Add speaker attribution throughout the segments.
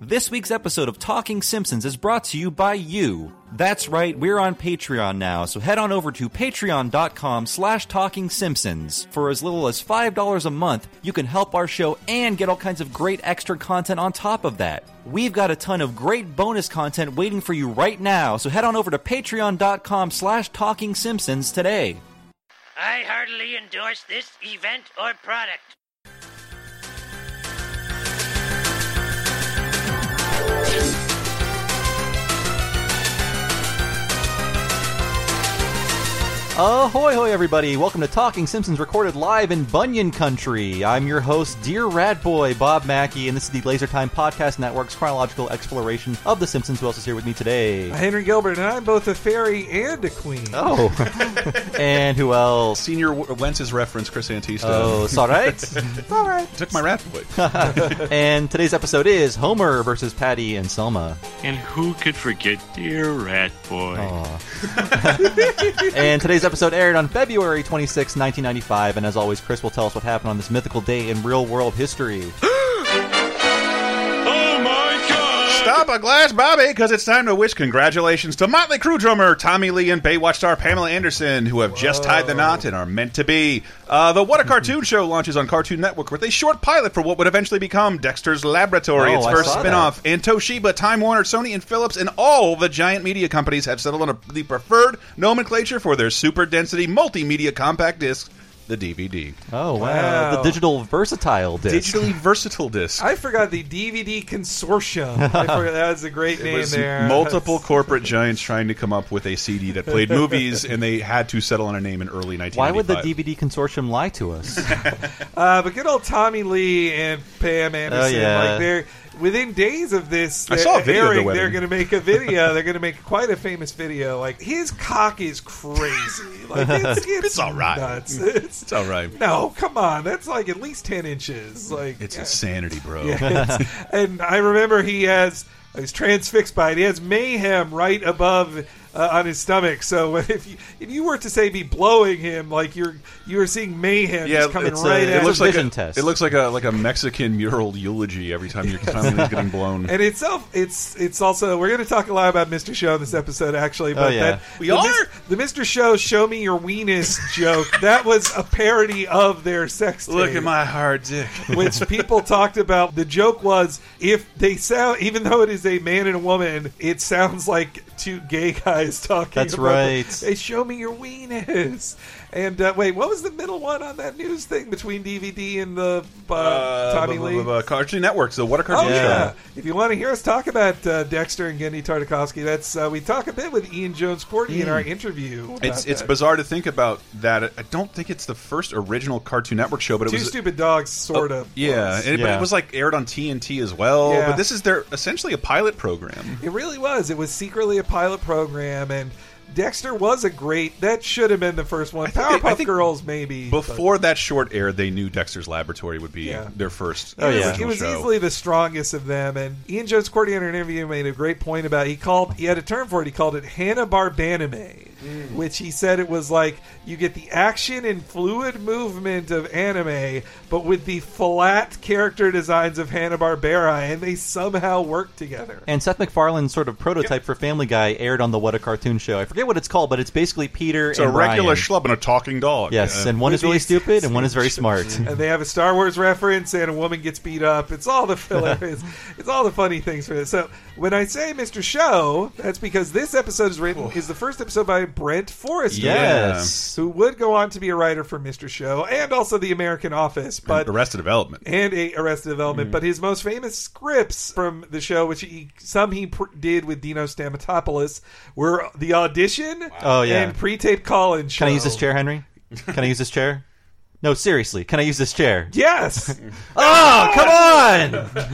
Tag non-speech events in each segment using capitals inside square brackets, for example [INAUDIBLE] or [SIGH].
Speaker 1: This week's episode of Talking Simpsons is brought to you by you. That's right, we're on Patreon now, so head on over to patreon.com slash talking simpsons. For as little as $5 a month, you can help our show and get all kinds of great extra content on top of that. We've got a ton of great bonus content waiting for you right now, so head on over to patreon.com slash talking simpsons today.
Speaker 2: I heartily endorse this event or product.
Speaker 1: Ahoy, hoy, everybody! Welcome to Talking Simpsons, recorded live in Bunyan Country. I'm your host, Dear Rat Boy, Bob Mackey, and this is the Laser Time Podcast Network's chronological exploration of The Simpsons. Who else is here with
Speaker 3: [LAUGHS]
Speaker 1: me today?
Speaker 4: Henry Gilbert and I'm both a fairy and a queen.
Speaker 1: Oh, and who else?
Speaker 3: Senior W- Wentz's reference, Chris Antista.
Speaker 1: Oh, it's
Speaker 3: [LAUGHS]
Speaker 1: all right. all right.
Speaker 3: Took my rat boy.
Speaker 1: [LAUGHS]
Speaker 5: [LAUGHS]
Speaker 1: And today's episode is Homer versus Patty and Selma.
Speaker 5: And who could forget dear rat boy?
Speaker 1: [LAUGHS] and today's episode aired on February 26, 1995. And as always, Chris will tell us what happened on this mythical day in real
Speaker 5: [GASPS]
Speaker 1: world history.
Speaker 5: Oh my god!
Speaker 3: Stop a glass, Bobby, because it's time to wish congratulations to Motley Crue drummer Tommy Lee and Baywatch star Pamela Anderson, who have just tied the knot and are meant to be. Uh, the What a Cartoon show launches on Cartoon Network with a short pilot for what would eventually become Dexter's Laboratory,
Speaker 1: Oh,
Speaker 3: its
Speaker 1: I
Speaker 3: first
Speaker 1: saw
Speaker 3: spin off. And Toshiba, Time Warner, Sony, and Philips, and all the giant media companies have settled on a, the preferred nomenclature for their super density multimedia compact disc, the DVD.
Speaker 1: Oh, wow.
Speaker 4: Wow.
Speaker 1: The digital versatile disc.
Speaker 3: Digitally versatile disc.
Speaker 4: [LAUGHS] I forgot the DVD consortium. I forgot, that was a great
Speaker 3: It
Speaker 4: name
Speaker 3: was
Speaker 4: there.
Speaker 3: multiple corporate giants trying to come up with a CD that played movies, and they had to settle on a name in early 1995.
Speaker 1: Why would the DVD consortium lie to us?
Speaker 4: [LAUGHS] Uh, but good old Tommy Lee and Pam Anderson,
Speaker 1: Oh, yeah.
Speaker 4: like they're within days of this
Speaker 3: I saw a video of the
Speaker 4: airing,
Speaker 3: wedding.
Speaker 4: they're going to make a video. they're going to make quite a famous video. Like his cock is crazy. Like it's, it's,
Speaker 3: [LAUGHS] It's all right.
Speaker 4: Nuts. [LAUGHS] It's,
Speaker 3: It's all right.
Speaker 4: no, come on. That's like at least ten inches. Like
Speaker 3: It's
Speaker 4: yeah.
Speaker 3: insanity, bro.
Speaker 1: [LAUGHS]
Speaker 3: [LAUGHS]
Speaker 4: and I remember he has he's transfixed by it. He has mayhem right above uh, on his stomach. So [LAUGHS] if you if you were to say be blowing him, like you're you are seeing mayhem
Speaker 3: Yeah,
Speaker 4: just coming
Speaker 1: it's a-
Speaker 4: right
Speaker 3: It
Speaker 4: at
Speaker 3: looks
Speaker 4: him.
Speaker 3: like
Speaker 1: vision
Speaker 3: a,
Speaker 1: test.
Speaker 3: It looks like a like a Mexican mural eulogy every time
Speaker 4: [LAUGHS]
Speaker 3: you're finally getting blown. Uh,
Speaker 4: And itself, it's it's also we're going to talk a lot about Mr. Show in this episode, actually. But
Speaker 1: Oh, yeah.
Speaker 4: that,
Speaker 3: We
Speaker 4: the
Speaker 3: are?
Speaker 4: the Mr. Show "Show Me Your Weenus" joke that was a parody of their sex. tape.
Speaker 3: hard dick.
Speaker 4: which people talked about. The joke was if they sound, even though it is a man and a woman, it sounds like two gay guys talking.
Speaker 1: That's
Speaker 4: about-
Speaker 1: right.
Speaker 4: They show me your weenus. And uh, wait, what was the middle one on that news thing between DVD and the uh, Tommy Lee?
Speaker 3: Cartoon Networks, the What a
Speaker 4: Oh
Speaker 3: Cartoon
Speaker 4: yeah.
Speaker 3: Show.
Speaker 4: If you want to hear us talk about uh, Dexter and Gendy Tartakovsky, that's uh, we talk a bit with Ian Jones Courtney in our interview. about
Speaker 3: Mm. It's it's
Speaker 4: that.
Speaker 3: bizarre to think about that. I don't think it's the first original Cartoon Network show, but it
Speaker 4: two
Speaker 3: was Oh,
Speaker 4: stupid dogs, sort of.
Speaker 3: yeah, and it, but
Speaker 1: Yeah.
Speaker 3: it was like aired on TNT as well.
Speaker 4: Yeah.
Speaker 3: But this is their essentially a pilot program.
Speaker 4: It really was. It was secretly a pilot program, and Dexter was a great. That should have been the first one.
Speaker 3: think they- I
Speaker 4: Powerpuff
Speaker 3: think
Speaker 4: Girls, maybe but-
Speaker 3: Before that short aired, they knew Dexter's Laboratory would be
Speaker 4: Yeah.
Speaker 3: their first.
Speaker 1: Oh, yeah.
Speaker 4: It
Speaker 3: original
Speaker 4: was
Speaker 3: show.
Speaker 4: easily the strongest of them, and Ian Jones Cordy in an interview made a great point about he called he had a term for it. He called it Hanna Barbanime, which he said it was like you get the action and fluid movement of anime, but with the flat character designs of Hanna Barbera, and they somehow work together.
Speaker 1: And Seth MacFarlane's sort of prototype for Family Guy aired on the What a Cartoon Show. I forget what it's called, but it's basically Peter
Speaker 3: It's
Speaker 1: and
Speaker 3: a regular
Speaker 1: Ryan.
Speaker 3: schlub and a talking dog. Uh,
Speaker 1: yes,
Speaker 3: Yeah.
Speaker 1: and one is really
Speaker 4: Movies.
Speaker 1: stupid and one is very smart.
Speaker 3: [LAUGHS]
Speaker 4: and they have a Star Wars reference, and a woman gets beat up. It's all the filler. it's, it's all the funny things for this. So when I say Mr. Show, that's because this episode is written is the first episode by Brent Forrester,
Speaker 1: yes.
Speaker 4: who would go on to be a writer for Mr. Show and also The American Office, but.
Speaker 3: And Arrested Development.
Speaker 4: and a Arrested Development, but his most famous scripts from the show, which he, some he pr- did with Dino Stamatopoulos, were the audition
Speaker 1: Oh, yeah.
Speaker 4: and pre-tape call-in show.
Speaker 1: Can I use this chair, Henry? Can I use
Speaker 3: [LAUGHS]
Speaker 1: this chair? No, seriously, can I use this chair? [LAUGHS]
Speaker 4: Yes,
Speaker 1: Oh, come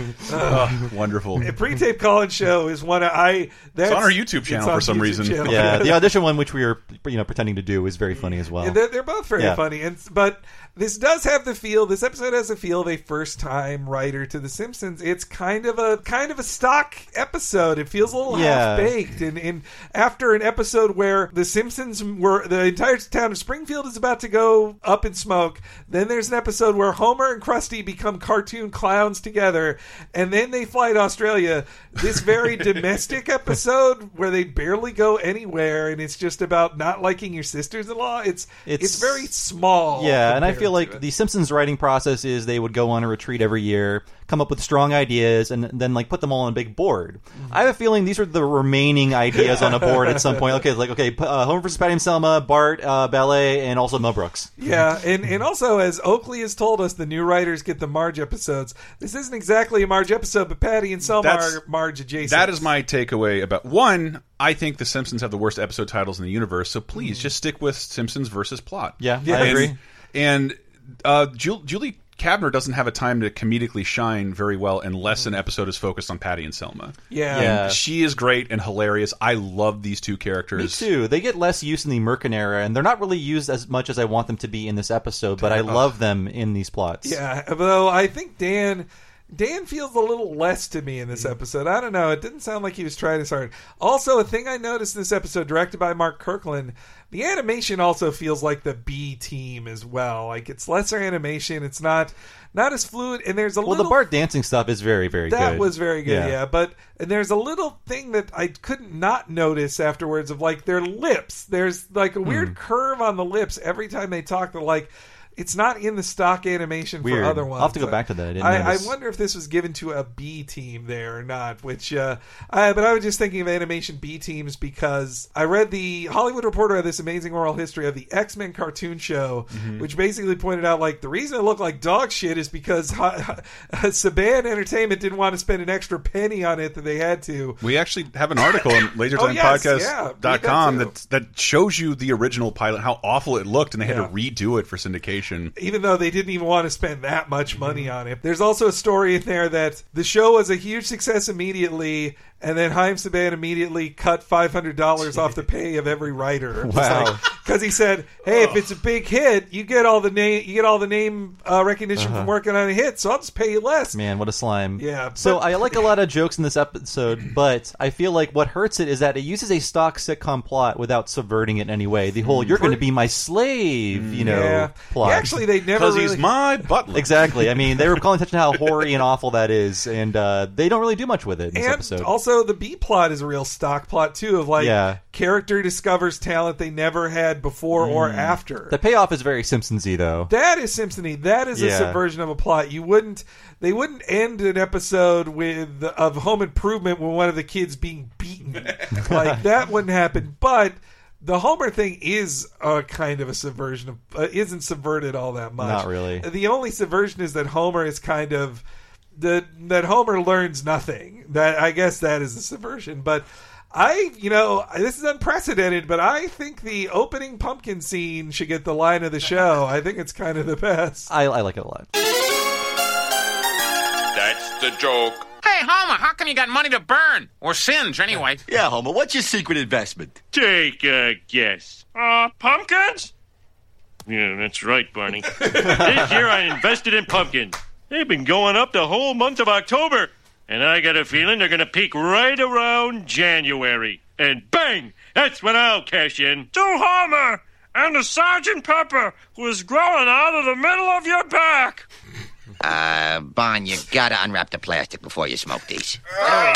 Speaker 1: on!
Speaker 3: Oh, wonderful.
Speaker 4: [LAUGHS]
Speaker 1: [LAUGHS]
Speaker 4: The pre-tape call-in show is one I. That's,
Speaker 3: on our YouTube channel
Speaker 4: on
Speaker 3: for some reason.
Speaker 1: Yeah, the audition one, which we were you know pretending to do, is very funny as well.
Speaker 4: And they're, they're both very
Speaker 1: Yeah.
Speaker 4: funny, and but This does have the feel. This episode has the feel of a first-time writer to The Simpsons. It's kind of a kind of a stock episode. It feels a little
Speaker 1: Yeah.
Speaker 4: half-baked. And, and after an episode where The Simpsons were the entire town of Springfield is about to go up in smoke, then there's an episode where Homer and Krusty become cartoon clowns together, and then they fly to Australia. This
Speaker 1: [LAUGHS]
Speaker 4: very domestic episode [LAUGHS] where they barely go anywhere, and it's just about not liking your sisters-in-law. It's it's,
Speaker 1: It's-
Speaker 4: very small.
Speaker 1: Yeah, and I
Speaker 4: compared
Speaker 1: feel
Speaker 4: to
Speaker 1: like
Speaker 4: it.
Speaker 1: the Simpsons writing process is they would go on a retreat every year, come up with strong ideas, and then like put them all on a big board.
Speaker 4: Mm-hmm.
Speaker 1: I have a feeling these are the remaining ideas on a board at
Speaker 4: [LAUGHS]
Speaker 1: some point. Okay, it's like okay, p- uh, Homer versus Patty and Selma, Bart, uh, Ballet, and also Mel Brooks.
Speaker 4: Yeah, and, and also as Oakley has told us, the new writers get the Marge episodes. This isn't exactly a Marge episode, but Patty and Selma
Speaker 3: That's-
Speaker 4: are Marge adjacent.
Speaker 3: That is my takeaway about one. I think the Simpsons have the worst episode titles in the universe, so please just stick with Simpsons versus plot.
Speaker 1: Hmm. Yeah,
Speaker 4: Yeah.
Speaker 1: I
Speaker 3: and,
Speaker 1: agree.
Speaker 3: And uh, Ju- Julie Kavner doesn't have a time to comedically shine very well unless an episode is focused on Patty and Selma.
Speaker 4: yeah.
Speaker 1: Hmm. Yeah.
Speaker 3: She is great and hilarious. I love these two characters.
Speaker 1: Me too. They get less use in the Merkin era, and they're not really used as much as I want them to be in this episode. But I love them in these plots.
Speaker 4: Yeah, although I think Dan Dan feels a little less to me in
Speaker 1: Mm.
Speaker 4: this episode. I don't know. It didn't sound like he was trying as hard. Also, a thing I noticed in this episode, directed by Mark Kirkland, the animation also feels like the B team as well. Like it's lesser animation. It's not not as fluid, and there's a
Speaker 1: Well,
Speaker 4: little
Speaker 1: the Bart dancing stuff is very, very good.
Speaker 4: that was very good, yeah. But and there's a little thing that I couldn't not notice afterwards of like their lips. There's like a weird
Speaker 1: Mm.
Speaker 4: curve on the lips every time they talk. They're like it's not in the stock animation
Speaker 1: Weird.
Speaker 4: for other ones.
Speaker 1: I'll have to go back to that. I didn't
Speaker 4: I,
Speaker 1: notice.
Speaker 4: wonder if this was given to a B team there or not. Which, uh, I, but I was just thinking of animation B teams because I read the Hollywood Reporter had this amazing oral history of the X Men cartoon show,
Speaker 1: Mm-hmm.
Speaker 4: which basically pointed out like the reason it looked like dog shit is because [LAUGHS] Saban Entertainment didn't want to spend an extra penny on it that they had to.
Speaker 3: We actually have an article
Speaker 1: [LAUGHS]
Speaker 3: on
Speaker 4: Oh, yes,
Speaker 3: lasertimepodcast.com
Speaker 4: yeah, read
Speaker 3: com
Speaker 4: that
Speaker 3: that that shows you the original pilot, how awful it looked, and they had
Speaker 4: Yeah.
Speaker 3: to redo it for syndication.
Speaker 4: even though they didn't even want to spend that much money
Speaker 1: Mm-hmm.
Speaker 4: on it. There's also a story in there that the show was a huge success immediately, and then Haim Saban immediately cut $500 off the pay of every writer.
Speaker 1: Wow.
Speaker 4: Because he said, "Hey, if it's a big hit, you get all the name, you get all the name uh, recognition
Speaker 1: Uh-huh.
Speaker 4: from working on a hit, so I'll just pay you less."
Speaker 1: Man, what a slime.
Speaker 4: Yeah, but-
Speaker 1: So I like a lot of jokes in
Speaker 4: [CLEARS THROAT]
Speaker 1: this episode, but I feel like what hurts it is that it uses a stock sitcom plot without subverting it in any way. The whole "you're going to be my slave," you know,
Speaker 4: Mm. yeah,
Speaker 1: plot.
Speaker 4: actually, they never
Speaker 3: Because
Speaker 4: really.
Speaker 3: he's my butler.
Speaker 1: exactly. I mean,
Speaker 3: [LAUGHS]
Speaker 1: they were calling attention to how hoary and awful that is, and uh, they don't really do much with it in this
Speaker 4: and
Speaker 1: episode.
Speaker 4: also the B plot is a real stock plot too of like
Speaker 1: Yeah.
Speaker 4: character discovers talent they never had before or
Speaker 1: Mm.
Speaker 3: Mm.
Speaker 4: after.
Speaker 1: the payoff is very Simpsonsy, though.
Speaker 4: That is Simpsony. That is a
Speaker 1: Yeah.
Speaker 4: subversion of a plot. You wouldn't. They wouldn't end an episode with of Home Improvement with one of the kids being beaten. [LAUGHS] like that wouldn't happen. But the Homer thing is a kind of a subversion of uh, isn't subverted all that much.
Speaker 1: Not really.
Speaker 4: The only subversion is that Homer is kind of the that Homer learns nothing. That I guess that is the subversion, but. I, you know, this is unprecedented, but I think the opening pumpkin scene should get the line of the show. I think it's kind of the best.
Speaker 1: I, I like it a lot.
Speaker 6: That's the joke.
Speaker 7: Hey, Homer, how come you got money to burn? Or singe, anyway.
Speaker 8: Yeah, Homer, what's your secret investment?
Speaker 5: Take a guess. Uh, pumpkins? Yeah, that's right, Barney. this year I invested in pumpkins. They've been going up the whole month of October, and I got a feeling they're going to peak right around January. And bang! That's when I'll cash in.
Speaker 9: to Homer and the Sergeant Pepper was growing out of the middle of your back.
Speaker 10: Uh, Bon, you gotta unwrap the plastic before you smoke these.
Speaker 8: Homer,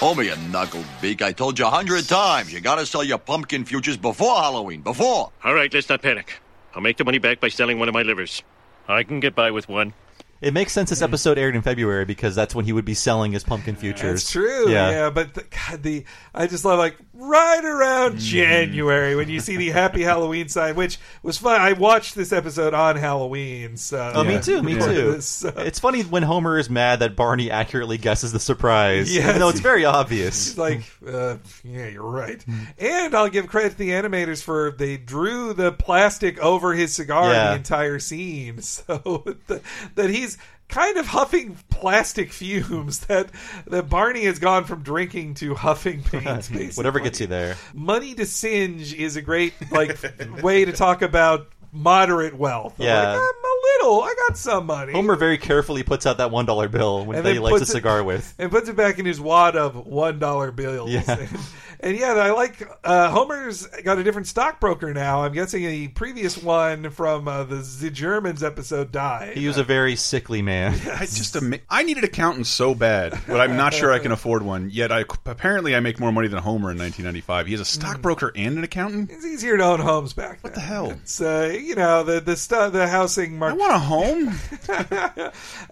Speaker 8: Homer, you knucklebeak. I told you a hundred times. You gotta sell your pumpkin futures before Halloween. Before.
Speaker 5: All right, let's not panic. I'll make the money back by selling one of my livers. I can get by with one.
Speaker 1: It makes sense this episode aired in February because that's when he would be selling his pumpkin futures.
Speaker 4: Mm. That's true. Yeah, but the, God, the I just love like right
Speaker 1: Mm.
Speaker 4: around January when you see the
Speaker 1: [LAUGHS]
Speaker 4: Happy Halloween sign, which was fun. I watched this episode on Halloween, so
Speaker 1: Oh, me too, me
Speaker 4: Yeah. [LAUGHS]
Speaker 1: too.
Speaker 4: This, uh,
Speaker 1: It's funny when Homer is mad that Barney accurately guesses the surprise,
Speaker 4: Yes.
Speaker 1: even though it's very obvious. Mm.
Speaker 4: It's like, uh, yeah, you're right. And I'll give credit to the animators for they drew the plastic over his cigar [LAUGHS]
Speaker 1: Yeah.
Speaker 4: the entire scene, so that- that he's kind of huffing plastic fumes [LAUGHS] that that Barney has gone from drinking to huffing paint. basically.
Speaker 1: [LAUGHS] Whatever gets you there.
Speaker 4: Money to singe is a great like [LAUGHS] way to talk about moderate wealth. Like,
Speaker 1: Yeah.
Speaker 4: I'm a little. I got some money.
Speaker 1: Homer very carefully puts out that one dollar bill when
Speaker 4: And
Speaker 1: that
Speaker 4: then
Speaker 1: he lights a
Speaker 4: puts it-
Speaker 1: cigar with.
Speaker 4: and puts it back in his wad of one dollar bills.
Speaker 1: Yeah.
Speaker 4: And, [LAUGHS] and yeah, I like uh, Homer's got a different stockbroker now. I'm guessing the previous one from uh, the, the Germans episode died.
Speaker 1: He was a very sickly man.
Speaker 3: [LAUGHS] I just ama- I need an accountant so bad, but I'm not sure I can afford one. Yet I apparently I make more money than Homer in 1995. He has a
Speaker 4: Hmm.
Speaker 3: stockbroker and an accountant.
Speaker 4: it's easier to own homes back then.
Speaker 3: What the hell?
Speaker 4: It's, uh, you know the the stu- the housing
Speaker 3: I
Speaker 4: market. Uh,
Speaker 3: want a
Speaker 4: [LAUGHS]
Speaker 3: home.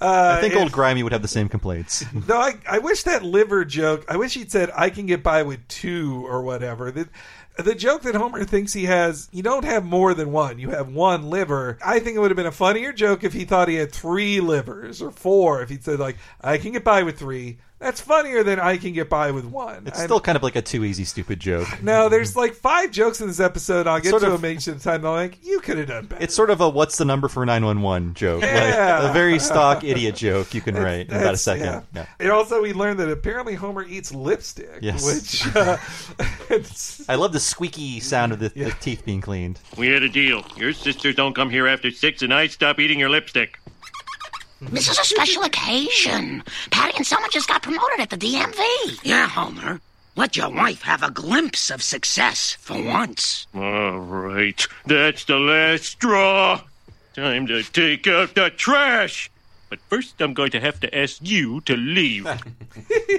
Speaker 1: I think old Grimy would have the
Speaker 4: [LAUGHS]
Speaker 1: same complaints.
Speaker 4: Though I I wish that liver joke. I wish he'd said I can get by with two or whatever. The, the joke that Homer thinks he has, you don't have more than one. You have one liver. I think it would have been a funnier joke if he thought he had three livers or four. If he'd said like I can get by with three, that's funnier than I can get by with one.
Speaker 1: It's
Speaker 4: I-
Speaker 1: still kind of like a too easy, stupid joke.
Speaker 4: no. There's like five jokes in this episode. I'll get
Speaker 1: Sort
Speaker 4: to
Speaker 1: of-
Speaker 4: them each at a time. I'm like, you could have done better.
Speaker 1: It's sort of a what's the number for 911 joke.
Speaker 4: Yeah.
Speaker 1: Like a very stock idiot joke you can write in about a
Speaker 4: That's-
Speaker 1: second.
Speaker 4: yeah.
Speaker 1: Yeah.
Speaker 4: And also, we learned that apparently Homer eats lipstick.
Speaker 1: Yes. [LAUGHS]
Speaker 4: Which, uh, it's-
Speaker 1: I love the squeaky sound of the, the teeth being cleaned.
Speaker 5: We had a deal. Your sisters don't come here after six, and I stop eating your lipstick.
Speaker 6: This is a special occasion. Patty and someone just got promoted at the DMV.
Speaker 2: Yeah, Homer. Let your wife have a glimpse of success for once.
Speaker 5: All right, that's the last straw. Time to take out the trash. But first, I'm going to have to ask you to leave.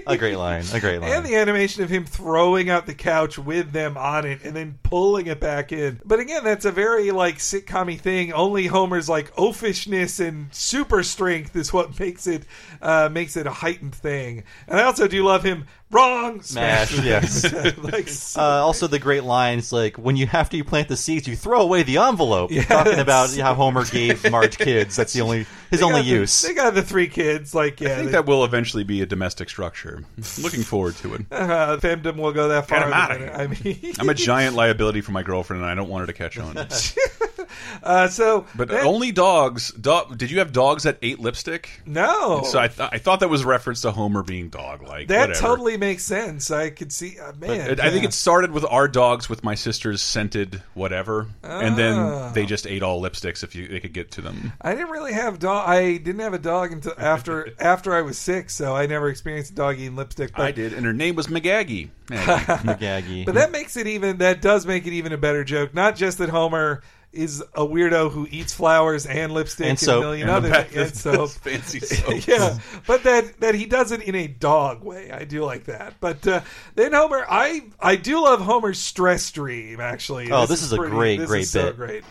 Speaker 1: A great line. A great line.
Speaker 4: and the animation of him throwing out the couch with them on it and then pulling it back in. But again, that's a very like sitcom thing. Only Homer's like oafishness and super strength is what [LAUGHS] makes it uh, makes it a heightened thing. And I also do love him wrong smash.
Speaker 1: Smash, yes.
Speaker 3: [LAUGHS]
Speaker 4: [LAUGHS] like
Speaker 1: [LAUGHS]
Speaker 4: so-
Speaker 1: Uh, also, the great lines like when you after you plant the seeds, you throw away the envelope. Talking about how
Speaker 3: [LAUGHS]
Speaker 1: Homer gave Marge kids. That's the only his
Speaker 4: they
Speaker 1: only
Speaker 4: got the-
Speaker 1: use.
Speaker 4: they got the three kids. Like yeah,
Speaker 3: I think
Speaker 4: they-
Speaker 3: that will eventually be a domestic structure. Looking forward to it.
Speaker 4: [LAUGHS] uh, femdom will go that far.
Speaker 3: Get 'em outta
Speaker 4: in a minute. I mean, [LAUGHS]
Speaker 3: I'm a giant liability for my girlfriend, and I don't want her to catch on.
Speaker 4: uh, so
Speaker 3: But
Speaker 4: that-
Speaker 3: only dogs. Dog, did you have dogs that ate lipstick?
Speaker 4: no.
Speaker 3: So I, th- I thought that was a reference to Homer being dog-like.
Speaker 4: That
Speaker 3: Whatever.
Speaker 4: totally makes sense. I could see, uh, man.
Speaker 3: It- I think
Speaker 4: yeah.
Speaker 3: it started with our dogs with my sister's scented whatever, and
Speaker 4: Ah.
Speaker 3: then they just ate all lipsticks if you they could get to them.
Speaker 4: [LAUGHS] I didn't really have dog. I didn't have a dog until
Speaker 3: [LAUGHS]
Speaker 4: after after I was six, so I never experienced a dog eating lipstick. But,
Speaker 3: I did, and her name was McGaggy.
Speaker 4: [LAUGHS]
Speaker 3: Maggie.
Speaker 1: Gaggy.
Speaker 4: but that makes it even. That does make it even a better joke. Not just that Homer is a weirdo who eats flowers and lipstick
Speaker 1: And
Speaker 4: and,
Speaker 1: soap.
Speaker 4: a million
Speaker 3: And
Speaker 4: other
Speaker 3: the back-
Speaker 4: and
Speaker 3: [LAUGHS]
Speaker 4: soap.
Speaker 3: fancy soap.
Speaker 4: [LAUGHS] yeah, but that that he does it in a dog way. I do like that. But uh, then Homer, I I do love Homer's stress dream. Actually,
Speaker 1: Oh, this is a
Speaker 4: pretty-
Speaker 1: great,
Speaker 4: this
Speaker 1: great
Speaker 4: is so
Speaker 1: bit.
Speaker 4: great.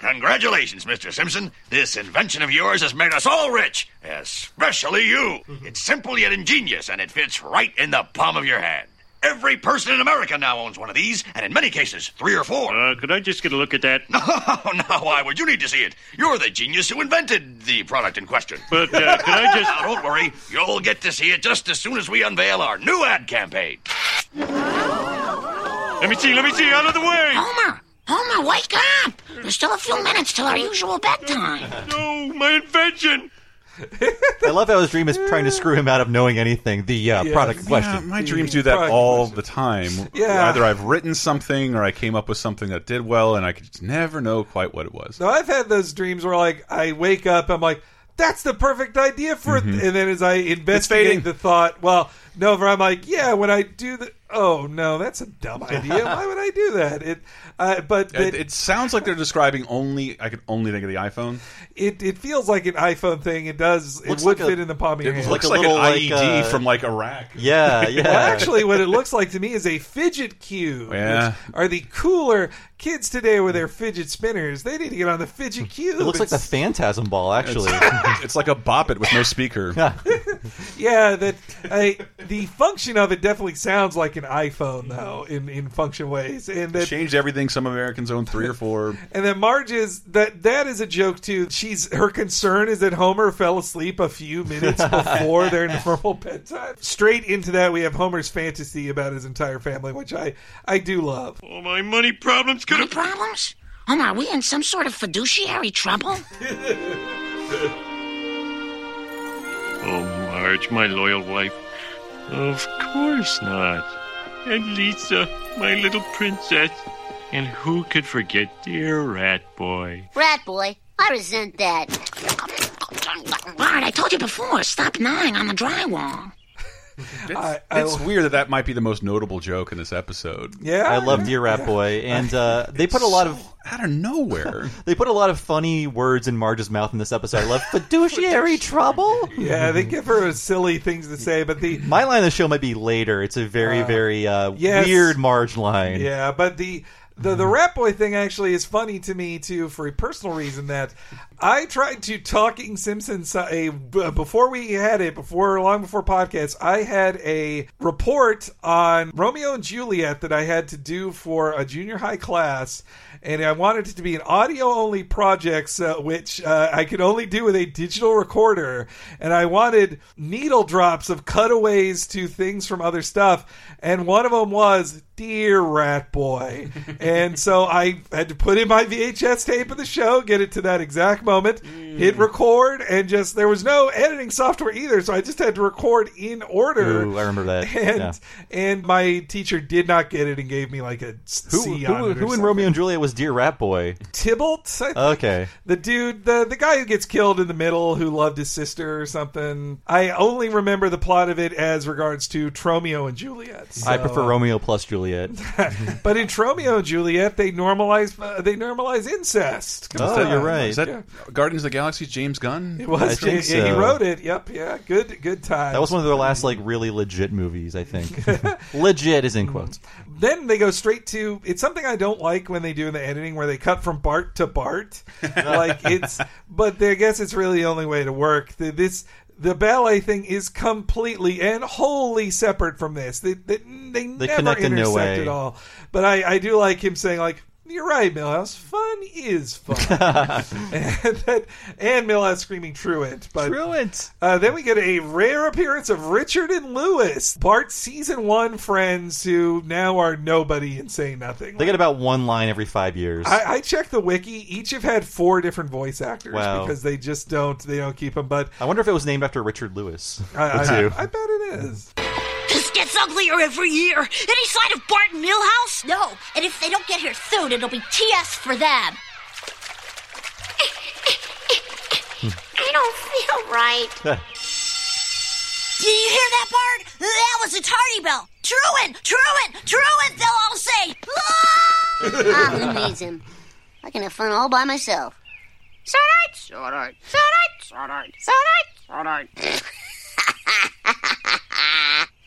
Speaker 8: Congratulations, Mr. Simpson. This invention of yours has made us all rich, especially [LAUGHS] you. It's simple yet ingenious, and it fits right in the palm of your hand. Every person in America now owns one of these, and in many cases, [LAUGHS] three or four.
Speaker 5: Uh, could I just get a look at that?
Speaker 8: Oh, [LAUGHS] now why would you need to see it? You're the genius who invented the product in question.
Speaker 5: But uh, could I just.
Speaker 8: Now, don't worry. You'll get to see it just as soon as we unveil our new ad campaign.
Speaker 5: Let me see, let me see, out of the way!
Speaker 6: Homer, Homer, wake up! There's still a few minutes till our usual bedtime.
Speaker 5: No, my invention!
Speaker 1: I love how his dream is trying to screw him out of knowing anything. The uh, product
Speaker 3: Yeah,
Speaker 1: question.
Speaker 3: my dreams do that
Speaker 4: Product
Speaker 3: all the time.
Speaker 4: Yeah.
Speaker 3: Either I've written something or I came up with something that did well, and I could just never know quite what it was.
Speaker 4: No, I've had those dreams where like I wake up, I'm like, that's the perfect idea for it, and then as I investigate
Speaker 3: Mm-hmm. fading.
Speaker 4: the thought, well, no, but I'm like, yeah, when I do the, oh no, that's a
Speaker 3: [LAUGHS]
Speaker 4: dumb idea. Why would I do that? It, uh, but
Speaker 3: It,
Speaker 4: it,
Speaker 3: it sounds like they're describing only. I could only think of the iPhone.
Speaker 4: [LAUGHS] it, it feels like an iPhone thing. It does. It
Speaker 1: Looks
Speaker 4: would
Speaker 1: like a-
Speaker 4: fit in the palm of your
Speaker 3: It
Speaker 4: hand.
Speaker 3: looks
Speaker 1: a
Speaker 3: like,
Speaker 1: little like,
Speaker 3: an E IED
Speaker 1: uh,
Speaker 3: from like [LAUGHS] Iraq.
Speaker 1: [LAUGHS] Yeah, yeah.
Speaker 4: Well, actually, what it looks like to me is a fidget cube.
Speaker 3: Yeah.
Speaker 4: which Are the cooler kids today with their fidget spinners? They need to get on the fidget cube.
Speaker 1: it looks like the phantasm ball. Actually,
Speaker 3: [LAUGHS] it's like a bop it with no speaker.
Speaker 4: Yeah, that I, the function of it definitely sounds like an iPhone though, in, in function ways, and that
Speaker 3: Changed everything. Some Americans own three or four.
Speaker 4: and that Marge is that that is a joke too. She's her concern is that Homer fell asleep a few minutes before their normal bedtime. Straight into that, we have Homer's fantasy about his entire family, which I I do love.
Speaker 5: All my money problems could
Speaker 6: Any
Speaker 5: have.
Speaker 6: problems? Home, are we in some sort of fiduciary trouble?
Speaker 5: Oh, Marge, my loyal wife. Of course not. And Lisa, my little princess. And who could forget dear Rat Boy?
Speaker 11: Rat boy, I resent that.
Speaker 6: Bart, I told you before, stop gnawing on the drywall.
Speaker 3: It's, it's weird that that might be the most notable joke in this episode.
Speaker 1: I love Dear Rat Boy, and uh, they put a lot of
Speaker 3: out of nowhere.
Speaker 1: [LAUGHS] they put a lot of funny words in Marge's mouth in this episode. I love fiduciary trouble.
Speaker 4: Yeah, they give her silly things to say, but the
Speaker 1: my line of the show might be later. It's a very, very uh,
Speaker 4: yes.
Speaker 1: weird Marge line.
Speaker 4: Yeah, but the the the rat boy thing actually is funny to me too for a personal reason that I tried to talking Simpsons uh, a b- before we had it before long before podcasts I had a report on Romeo and Juliet that I had to do for a junior high class and I wanted it to be an audio only project so, which uh, I could only do with a digital recorder and I wanted needle drops of cutaways to things from other stuff and one of them was dear rat boy and so i had to put in my vhs tape of the show get it to that exact moment hit record and just there was no editing software either so i just had to record in order
Speaker 1: Ooh, I remember that.
Speaker 4: [LAUGHS] and
Speaker 1: Yeah.
Speaker 4: and my teacher did not get it and gave me like a s-
Speaker 1: Who,
Speaker 4: C on it
Speaker 1: who,
Speaker 4: or
Speaker 1: who in
Speaker 4: something.
Speaker 1: Romeo and Juliet was Dear
Speaker 4: [LAUGHS]
Speaker 1: Rat Boy?
Speaker 4: Tybalt, I think.
Speaker 1: Okay.
Speaker 4: The dude, the the guy who gets killed in the middle, who loved his sister or something. I only remember the plot of it as regards to Tromeo and Juliet.
Speaker 1: I
Speaker 4: so,
Speaker 1: prefer
Speaker 4: uh,
Speaker 1: Romeo
Speaker 4: [LAUGHS]
Speaker 1: plus Juliet.
Speaker 4: But in Tromeo and Juliet, they normalize uh, they normalize incest. Come
Speaker 1: Oh,
Speaker 4: on.
Speaker 1: you're right.
Speaker 3: Is that Guardians of the Galaxy? James Gunn.
Speaker 4: It was.
Speaker 1: I think
Speaker 4: yeah, He
Speaker 1: so.
Speaker 4: wrote it. Yep. Yeah. Good. Good time.
Speaker 1: That was one of their last like really legit movies,
Speaker 4: [LAUGHS]
Speaker 1: I think. [LAUGHS] legit is in quotes.
Speaker 4: Then they go straight to it's something I don't like when they do in the editing where they cut from Bart to
Speaker 1: [LAUGHS]
Speaker 4: Bart. like it's but I guess it's really the only way to work. The, this the ballet thing is completely and wholly separate from this. They they, they, never
Speaker 1: connect
Speaker 4: intersect
Speaker 1: in no way.
Speaker 4: at all. But I, I do like him saying like you're right, Millhouse. Fun is fun,
Speaker 1: [LAUGHS]
Speaker 4: and, that, and Millhouse screaming truant. But
Speaker 1: Ruins.
Speaker 4: uh, then we get a rare appearance of Richard and Lewis, Bart's season one friends who now are nobody and say nothing.
Speaker 1: They get about one line every five years.
Speaker 4: I, I checked the wiki; each have had four different voice actors
Speaker 1: Wow.
Speaker 4: because they just don't they don't keep them. But
Speaker 1: I wonder if it was named after Richard Lewis.
Speaker 4: I,
Speaker 1: [LAUGHS] The
Speaker 4: I,
Speaker 1: two.
Speaker 4: I bet it is.
Speaker 11: This gets uglier every year. Any sign of Bart and Millhouse? No, and if they don't get here soon, it'll be TS for them. [LAUGHS]
Speaker 6: I don't feel right.
Speaker 11: Did you hear that, Bart? That was a tardy bell. Truant, truant, truant, Ah, they'll all say.
Speaker 12: I'll amaze him. I can have fun all by myself. Sort right, sort right, sort right, sort right, sort right, sort right.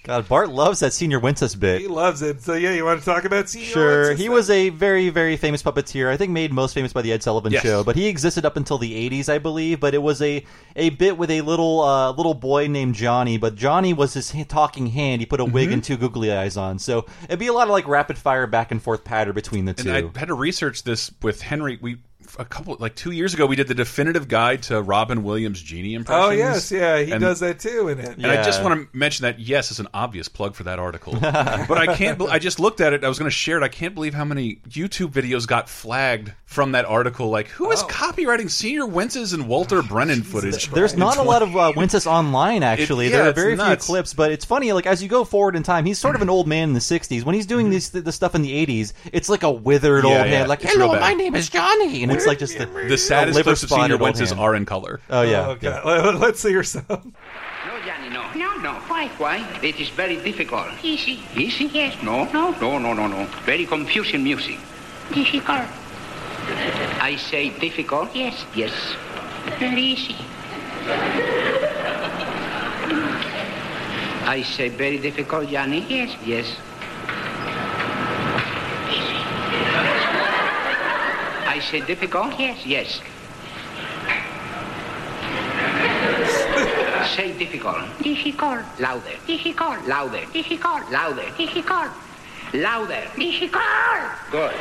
Speaker 1: God, Bart loves that senior Wences bit.
Speaker 4: He loves it. So yeah, you want to talk about CEO?
Speaker 1: Sure, he was a very, very famous puppeteer. I think made most famous by the Ed Sullivan
Speaker 3: Yes.
Speaker 1: Show, but he existed up until the '80s, I believe. But it was a a bit with a little uh, little boy named Johnny. But Johnny was his ha- talking hand. He put a
Speaker 4: Mm-hmm.
Speaker 1: wig and two googly eyes on, so it'd be a lot of like rapid fire back and forth patter between the two.
Speaker 3: And I had to research this with Henry. We a couple like two years ago we did the definitive guide to Robin Williams genie impressions.
Speaker 4: Oh yes, yeah, he
Speaker 3: And-
Speaker 4: does that too in it.
Speaker 3: And I just want to mention that yes, it's an obvious plug for that article, [LAUGHS] but I can't. bel I just looked at it. I was going to share it. I can't believe how many YouTube videos got flagged from that article. Like, who
Speaker 4: Oh.
Speaker 3: is copywriting Senior Wences and Walter Brennan footage?
Speaker 1: There's not a lot of uh, Wences online, actually. there
Speaker 3: yeah,
Speaker 1: are
Speaker 3: it's
Speaker 1: very
Speaker 3: nuts.
Speaker 1: few clips, but it's funny. Like as you go forward in time, he's sort of an old man in the '60s. When he's doing this the stuff in the '80s, it's like a withered
Speaker 3: Mm-hmm. Yeah,
Speaker 1: old
Speaker 3: yeah,
Speaker 1: man. Like,
Speaker 3: it's real
Speaker 1: hello,
Speaker 3: bad.
Speaker 1: my name is Johnny, and it's like just the,
Speaker 3: The saddest
Speaker 1: liver
Speaker 3: clips of
Speaker 1: [LAUGHS]
Speaker 3: Senior
Speaker 1: spotted old
Speaker 3: Wences
Speaker 1: hand.
Speaker 3: are in color.
Speaker 1: Oh yeah,
Speaker 4: Okay,
Speaker 1: yeah.
Speaker 4: [LAUGHS] let's see yourself.
Speaker 2: No, Johnny, no.
Speaker 13: No, no. Why?
Speaker 2: Why? It is very difficult.
Speaker 13: Easy.
Speaker 2: Easy?
Speaker 13: Yes.
Speaker 2: No, no, no, no, no, no. Very confusing music.
Speaker 13: Difficult.
Speaker 2: I say difficult.
Speaker 13: Yes.
Speaker 2: Yes.
Speaker 13: Very easy.
Speaker 2: I say very difficult, Johnny. Yes. Yes. I say difficult.
Speaker 13: Yes.
Speaker 2: Yes. say difficult.
Speaker 13: Difficult.
Speaker 2: Louder.
Speaker 13: Difficult.
Speaker 2: Louder.
Speaker 13: Difficult.
Speaker 2: Louder.
Speaker 13: Difficult.
Speaker 2: Louder.
Speaker 13: Difficult.
Speaker 2: Good.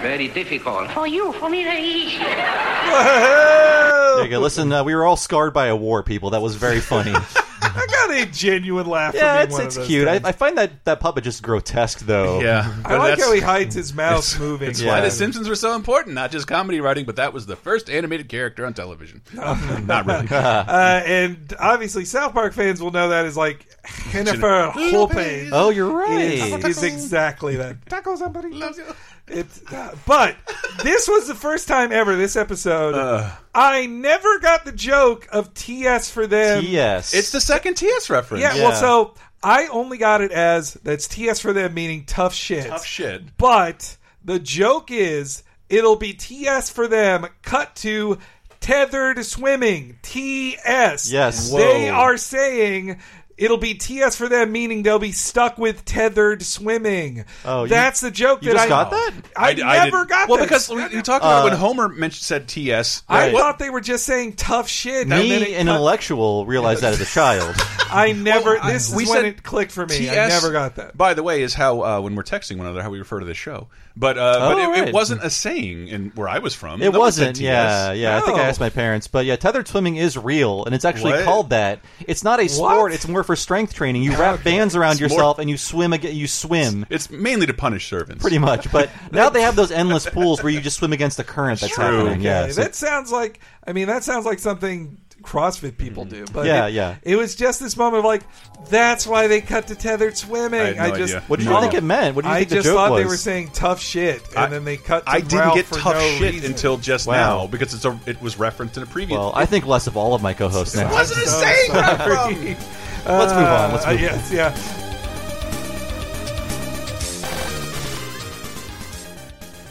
Speaker 2: Very difficult.
Speaker 13: For you, for me, very easy.
Speaker 3: [LAUGHS]
Speaker 1: There you go. Listen, uh, we were all scarred by a war, people. That was very funny.
Speaker 4: I gotta a genuine laugh. from
Speaker 1: Yeah,
Speaker 4: me
Speaker 1: it's,
Speaker 4: one of
Speaker 1: it's
Speaker 4: those
Speaker 1: cute. I,
Speaker 4: days.
Speaker 1: I find that, that puppet just grotesque, though.
Speaker 3: Yeah.
Speaker 4: I like how he hides his mouth
Speaker 3: It's-
Speaker 4: moving.
Speaker 3: It's why The Simpsons were so important, not just comedy writing, but that was the first animated character on
Speaker 4: [LAUGHS]
Speaker 3: television. not
Speaker 1: [LAUGHS]
Speaker 3: really.
Speaker 4: uh, and obviously, South Park fans will know that is like Jennifer Lopez.
Speaker 1: Oh, you're right.
Speaker 4: Is, is exactly that. Taco somebody loves you. It's, uh, but this was the first time ever. This episode, I never got the joke of TS for them.
Speaker 1: TS.
Speaker 3: It's the second TS reference.
Speaker 4: Yeah, Well, so I only got it as that's TS for them, meaning tough shit.
Speaker 3: Tough shit.
Speaker 4: But the joke is it'll be TS for them. Cut to tethered swimming. TS.
Speaker 1: Yes.
Speaker 4: They
Speaker 1: Whoa.
Speaker 4: are saying. It'll be TS for them, meaning they'll be stuck with tethered swimming.
Speaker 3: Oh, you-
Speaker 4: that's the joke
Speaker 3: you
Speaker 4: that
Speaker 3: just
Speaker 4: I
Speaker 3: got that? Uh,
Speaker 4: I,
Speaker 3: I- I
Speaker 4: never
Speaker 3: didn't.
Speaker 4: got
Speaker 3: Well,
Speaker 4: this.
Speaker 3: because we- you talked about when
Speaker 1: Homer
Speaker 3: mentioned said TS.
Speaker 4: I
Speaker 1: Right.
Speaker 4: thought they were just saying tough shit. and then
Speaker 1: Me,
Speaker 4: it
Speaker 1: an
Speaker 4: cut-
Speaker 1: intellectual, realized that as
Speaker 4: [LAUGHS]
Speaker 1: a child.
Speaker 4: I never. this is
Speaker 3: we
Speaker 4: when
Speaker 3: said
Speaker 4: it clicked for me. I
Speaker 3: TS,
Speaker 4: never got that.
Speaker 3: By the way, is how uh, when we're texting one another, how we refer to the show. But uh,
Speaker 1: Oh,
Speaker 3: but it,
Speaker 1: right.
Speaker 3: it wasn't a saying in where I was from.
Speaker 1: It
Speaker 3: No one said
Speaker 1: wasn't. Yeah,
Speaker 3: TS.
Speaker 1: yeah. I think I asked my parents, but yeah, tethered swimming is real, and it's actually
Speaker 3: Oh. What?
Speaker 1: called that. It's not a sport. It's more for strength training. You wrap bands around
Speaker 3: It's more-
Speaker 1: yourself and you swim. Against, you swim.
Speaker 3: It's mainly to punish servants,
Speaker 1: pretty much. But now they have those endless pools where you just swim against the current. That's
Speaker 3: True.
Speaker 1: happening.
Speaker 3: Okay,
Speaker 1: yeah,
Speaker 4: Okay,
Speaker 1: so-
Speaker 4: that sounds like. I mean, that sounds like something CrossFit people
Speaker 3: Mm.
Speaker 4: do. But
Speaker 1: Yeah,
Speaker 4: it,
Speaker 1: yeah.
Speaker 4: It was just this moment of like, that's why they cut to tethered swimming.
Speaker 3: I had no
Speaker 4: just.
Speaker 3: idea. What did you
Speaker 4: Oh.
Speaker 3: think it meant? What did you
Speaker 4: I
Speaker 3: think the
Speaker 4: just
Speaker 3: joke
Speaker 4: thought they
Speaker 3: was?
Speaker 4: were saying tough shit, and
Speaker 3: I-
Speaker 4: then they cut. To
Speaker 3: I didn't
Speaker 4: Ralph
Speaker 3: get
Speaker 4: for
Speaker 3: tough
Speaker 4: no
Speaker 3: shit
Speaker 4: reason. [LAUGHS]
Speaker 3: until [LAUGHS] just
Speaker 1: Wow.
Speaker 3: now because it's a, it was referenced in a previous.
Speaker 1: well, I think less of all of my co-hosts now.
Speaker 3: wasn't a
Speaker 4: So
Speaker 3: saying,
Speaker 4: sorry.
Speaker 3: Ralph.
Speaker 1: Let's move on, let's
Speaker 4: [LAUGHS] Uh,
Speaker 1: move on.
Speaker 4: yes, yeah.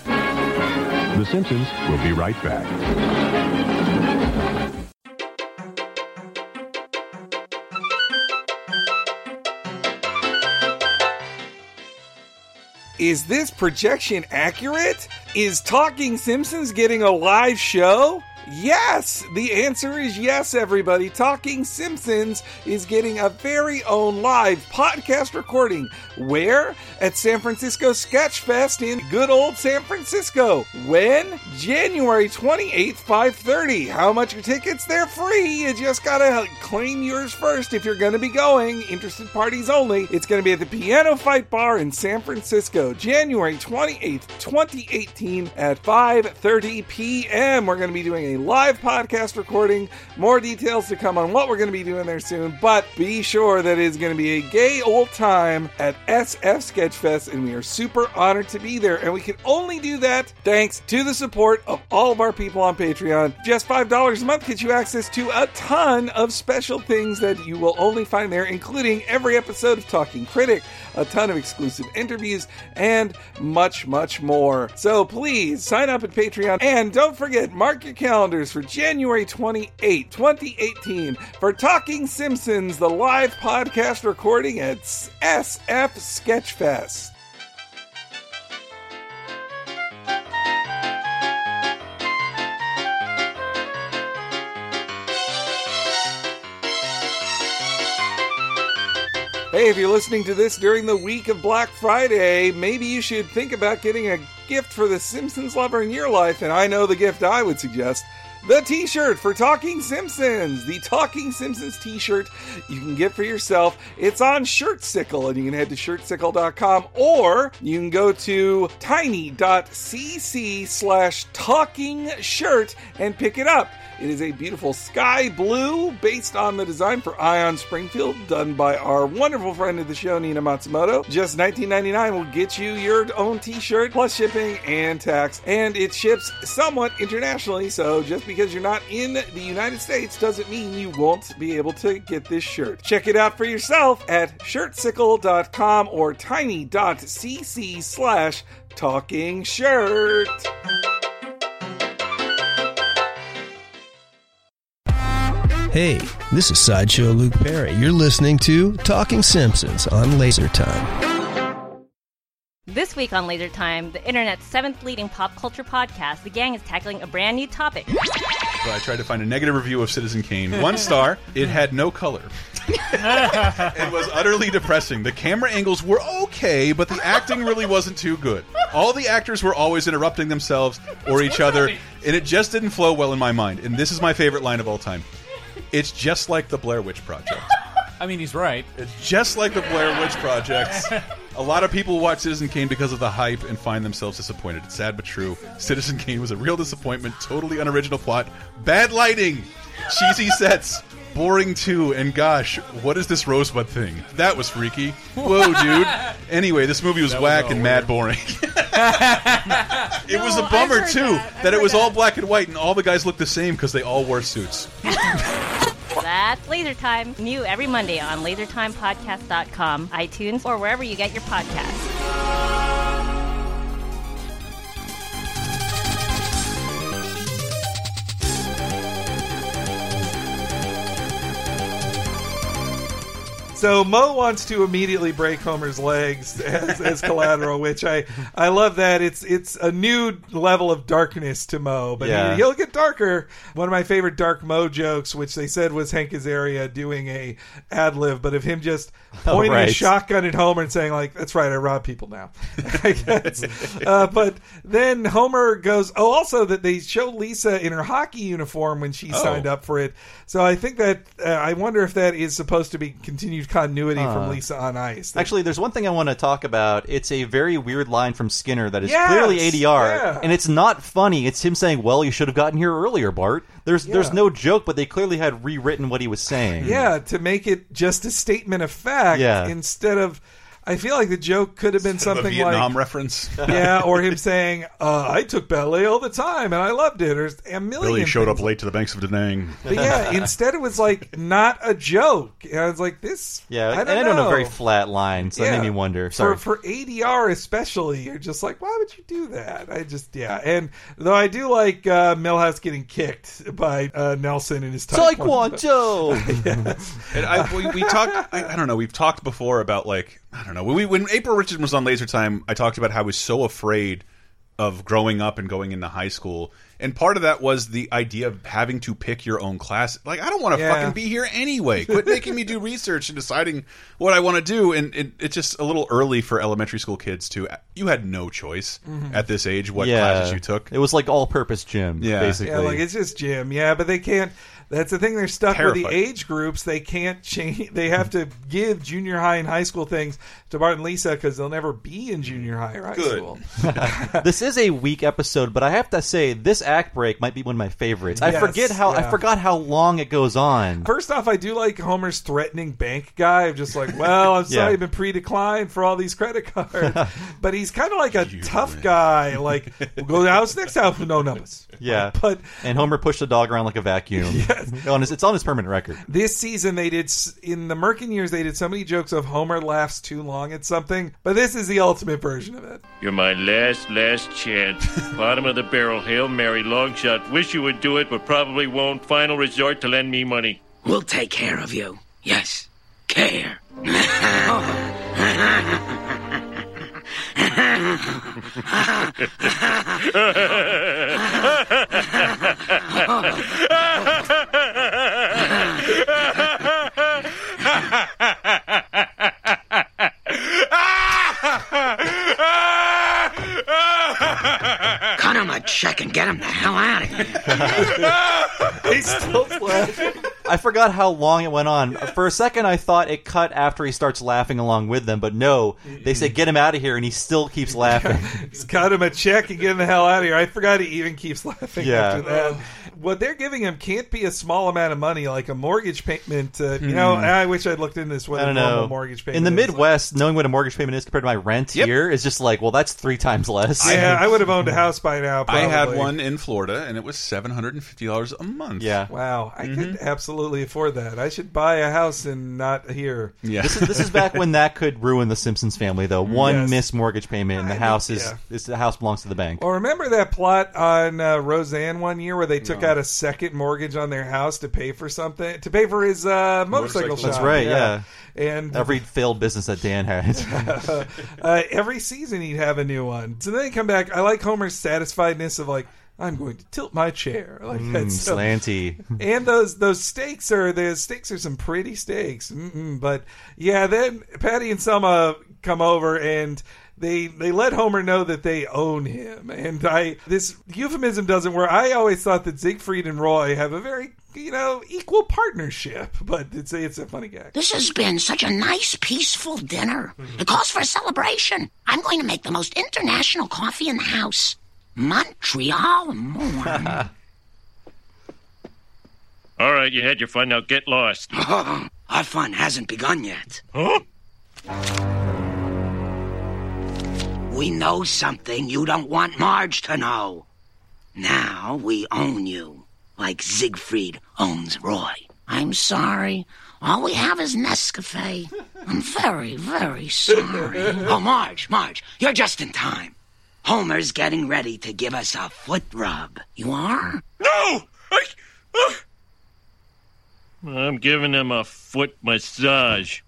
Speaker 14: The Simpsons will be right back.
Speaker 4: Is this projection accurate? Is Talking Simpsons getting a live show? Yes! The answer is yes, everybody. Talking Simpsons is getting a very own live podcast recording. Where? At San Francisco Sketch Fest in good old San Francisco. When? January 28th, 5.30. How much are tickets? They're free. You just gotta claim yours first if you're gonna be going. Interested parties only. It's gonna be at the Piano Fight Bar in San Francisco, January 28th, 2018 at 5.30 p.m. We're gonna be doing a live podcast recording. More details to come on what we're gonna be doing there soon, but be sure that it's gonna be a gay old time at SF Sketchfest, and we are super honored to be there. And we can only do that thanks to the support of all of our people on Patreon. Just $5 a month gets you access to a ton of special things that you will only find there, including every episode of Talking Critic, a ton of exclusive interviews, and much, much more. So please sign up at Patreon and don't forget, mark your calendars for January 28, 2018 for Talking Simpsons, the live podcast recording at SF Sketchfest. Hey, if you're listening to this during the week of Black Friday, maybe you should think about getting a gift for the Simpsons lover in your life, and I know the gift I would suggest. The t shirt for Talking Simpsons! The Talking Simpsons t shirt you can get for yourself. It's on Shirtsickle, and you can head to shirtsickle.com or you can go to tiny.cc slash talking shirt and pick it up. It is a beautiful sky blue based on the design for Ion Springfield done by our wonderful friend of the show, Nina Matsumoto. Just $19.99 will get you your own t shirt plus shipping and tax. And it ships somewhat internationally, so just because you're not in the United States doesn't mean you won't be able to get this shirt. Check it out for yourself at shirtsickle.com or tiny.cc slash talking shirt.
Speaker 15: Hey, this is Sideshow Luke Perry. You're listening to Talking Simpsons on Laser Time.
Speaker 16: This week on Laser Time, the internet's seventh leading pop culture podcast, the gang is tackling a brand new topic.
Speaker 3: So I tried to find a negative review of Citizen Kane. One star. It had no
Speaker 4: [LAUGHS]
Speaker 3: color. it was utterly depressing. The camera angles were okay, but the acting really wasn't too good. All the actors were always interrupting themselves or each other, and it just didn't flow well in my mind. And this is my favorite line of all time. It's just like the Blair Witch Project.
Speaker 17: I mean, he's right.
Speaker 3: Just like the Blair Witch Projects, a lot of people watch Citizen Kane because of the hype and find themselves disappointed. It's sad but true. Citizen Kane was a real disappointment, totally unoriginal plot, bad lighting, cheesy sets, boring too, and gosh, what is this rosebud thing? That was freaky. Whoa, dude. Anyway, this movie was
Speaker 17: That was
Speaker 3: whack
Speaker 17: all
Speaker 3: and mad boring. it was a bummer too that, it was all black and white and all the guys looked the same because they all wore suits.
Speaker 16: That's Laser Time. New every Monday on lasertimepodcast.com, iTunes, or wherever you get your podcasts.
Speaker 4: So Mo wants to immediately break Homer's legs as, as collateral, which I I love that it's it's a new level of darkness to Mo, but
Speaker 1: Yeah.
Speaker 4: he, will get darker. One of my favorite dark Mo jokes, which they said was Hank Azaria doing a ad lib, but of him just
Speaker 1: [LAUGHS] Oh,
Speaker 4: pointing
Speaker 1: right.
Speaker 4: a shotgun at Homer and saying like, "That's right, I rob people now." [LAUGHS] I guess. [LAUGHS] uh, but then Homer goes, "Oh, also that they show Lisa in her hockey uniform when she
Speaker 1: Oh.
Speaker 4: signed up for it." So I think that uh, I wonder if that is supposed to be continued continuity
Speaker 1: Huh.
Speaker 4: from Lisa on Ice.
Speaker 1: Actually, there's one thing I want to talk about. It's a very weird line from Skinner that is
Speaker 4: Yes,
Speaker 1: clearly ADR,
Speaker 4: yeah.
Speaker 1: and it's not funny. It's him saying, "Well, you should have gotten here earlier, Bart." There's there's
Speaker 4: Yeah.
Speaker 1: no joke, but they clearly had rewritten what he was saying.
Speaker 4: yeah, to make it just a statement of fact
Speaker 1: hmm. Yeah.
Speaker 4: instead of. I feel like the joke could have been
Speaker 3: Instead of a
Speaker 4: something
Speaker 3: Vietnam
Speaker 4: like
Speaker 3: reference.
Speaker 4: [LAUGHS] yeah, or him saying, uh, "I took ballet all the time and I loved it," or a million.
Speaker 3: Billy showed
Speaker 4: things
Speaker 3: up late to the banks of Da Nang.
Speaker 4: But yeah, instead it was like not a joke. And I was like, this.
Speaker 1: yeah.
Speaker 4: I don't
Speaker 1: and
Speaker 4: know.
Speaker 1: I don't know, very flat line, so that
Speaker 4: Yeah.
Speaker 1: made me wonder.
Speaker 4: for,
Speaker 1: Sorry.
Speaker 4: for ADR especially, you're just like, why would you do that? I just yeah. And though I do like uh, Milhouse getting kicked by uh, Nelson in his type one.
Speaker 1: [LAUGHS] Taekwondo.
Speaker 3: And I, we, we talked. I, I don't know. We've talked before about like I don't know. When we when April Richardson was on Laser Time, I talked about how I was so afraid of growing up and going into high school, and part of that was the idea of having to pick your own class. Like I don't want to
Speaker 1: Yeah.
Speaker 3: fucking be here anyway. Quit making me do research and deciding what I want to do. And it, it's just a little early for elementary school kids to. You had no choice
Speaker 4: Mhm.
Speaker 3: at this age what
Speaker 1: Yeah.
Speaker 3: classes you took.
Speaker 1: It was like all-purpose gym,
Speaker 3: Yeah.
Speaker 1: basically.
Speaker 4: Yeah, like it's just Jim. Yeah, but they can't. That's the thing. They're stuck with
Speaker 1: Terrified.
Speaker 4: the age groups. They can't change. They have to give junior high and high school things to Bart and Lisa because they'll never be in junior high or high
Speaker 1: Good.
Speaker 4: school. [LAUGHS]
Speaker 1: this is a weak episode, but I have to say this act break might be one of my favorites. I
Speaker 4: Yes,
Speaker 1: forget how I
Speaker 4: yeah.
Speaker 1: forgot how long it
Speaker 4: [LAUGHS]
Speaker 1: goes on.
Speaker 4: First off, I do like Homer's threatening bank guy. I'm just like, well, I'm sorry,
Speaker 1: Yeah.
Speaker 4: you've been pre-declined for all these credit cards.
Speaker 1: [LAUGHS]
Speaker 4: but he's kind of like a tough guy. Like, we'll go to the house next house with no numbers.
Speaker 1: Yeah,
Speaker 4: but
Speaker 1: and Homer pushed the dog around like
Speaker 4: [LAUGHS]
Speaker 1: a vacuum. On his- it's on his permanent record.
Speaker 4: This season, they did s- in the Merkin years. They did so many jokes of Homer laughs too long at something, but this is the ultimate version of it.
Speaker 5: You're my last, last chance. [LAUGHS] Bottom of the barrel, Hail Mary, long shot. Wish you would do it, but probably won't. Final resort to lend me money.
Speaker 2: We'll take care of you. Yes,
Speaker 6: [LAUGHS]
Speaker 2: care. [LAUGHS] Cut him a check and get him the hell out of here.
Speaker 4: He's still laughing.
Speaker 1: I forgot how long it went on. For a second, I thought it cut after he starts laughing along with them, but no, they say get him out of here, and he still keeps laughing.
Speaker 4: [LAUGHS] He's cut him a check and get him the hell out of here. I forgot he even keeps laughing
Speaker 1: Yeah.
Speaker 4: after that. What they're giving him can't be a small amount of money, like a mortgage payment. Uh, You know,
Speaker 1: Hmm.
Speaker 4: I wish I'd looked into this. What
Speaker 1: I
Speaker 4: a
Speaker 1: don't
Speaker 4: normal
Speaker 1: know.
Speaker 4: mortgage payment
Speaker 1: In the
Speaker 4: is.
Speaker 1: Midwest, knowing what a mortgage payment is compared to my rent here is just like, well, that's three times less.
Speaker 4: Yeah, I would have owned a house by now. Probably.
Speaker 3: I had one in Florida, and it was seven hundred and fifty dollars a month.
Speaker 1: Yeah.
Speaker 4: Wow,
Speaker 3: Mm-hmm.
Speaker 4: I could absolutely afford that. I should buy a house and not here.
Speaker 3: Yeah.
Speaker 1: This is this is back when that could ruin the Simpsons family though. One
Speaker 4: Mm, Yes.
Speaker 1: missed mortgage payment and the house is, is the house belongs to the bank.
Speaker 4: [LAUGHS] Well, remember that plot on uh, Roseanne one year where they took out a second mortgage on their house to pay for something to pay for his uh, motorcycle. shop.
Speaker 1: That's right, yeah.
Speaker 4: And
Speaker 1: every failed business that Dan had.
Speaker 4: [LAUGHS] uh, every season he'd have a new one. So then they come back. I like Homer's satisfiedness of like, I'm going to tilt my chair [LAUGHS] like
Speaker 1: Mm,
Speaker 4: that. So- [LAUGHS]
Speaker 1: slanty.
Speaker 4: and those those steaks are the steaks are some pretty steaks. Mm-mm, but yeah, then Patty and Selma come over and. They, they let Homer know that they own him, and I this euphemism doesn't work. I always thought that Siegfried and Roy have a very you know, equal partnership. But it's a, it's a funny gag.
Speaker 6: This has been such a nice, peaceful dinner.
Speaker 2: Mm-hmm.
Speaker 6: It calls for a celebration. I'm going to make the most international coffee in the house. Montreal Morn.
Speaker 5: All right, you had your fun. Now
Speaker 6: [LAUGHS]
Speaker 5: get lost.
Speaker 2: Our fun hasn't begun yet.
Speaker 5: Huh?
Speaker 2: We know something you don't want Marge to know. Now we own you, like Siegfried owns Roy.
Speaker 6: I'm sorry. All we have is Nescafe. I'm very, very sorry.
Speaker 2: Oh, Marge, Marge, you're just in time. Homer's getting ready to give us a foot rub. You are?
Speaker 9: No! I, uh,
Speaker 5: I'm giving him a foot massage.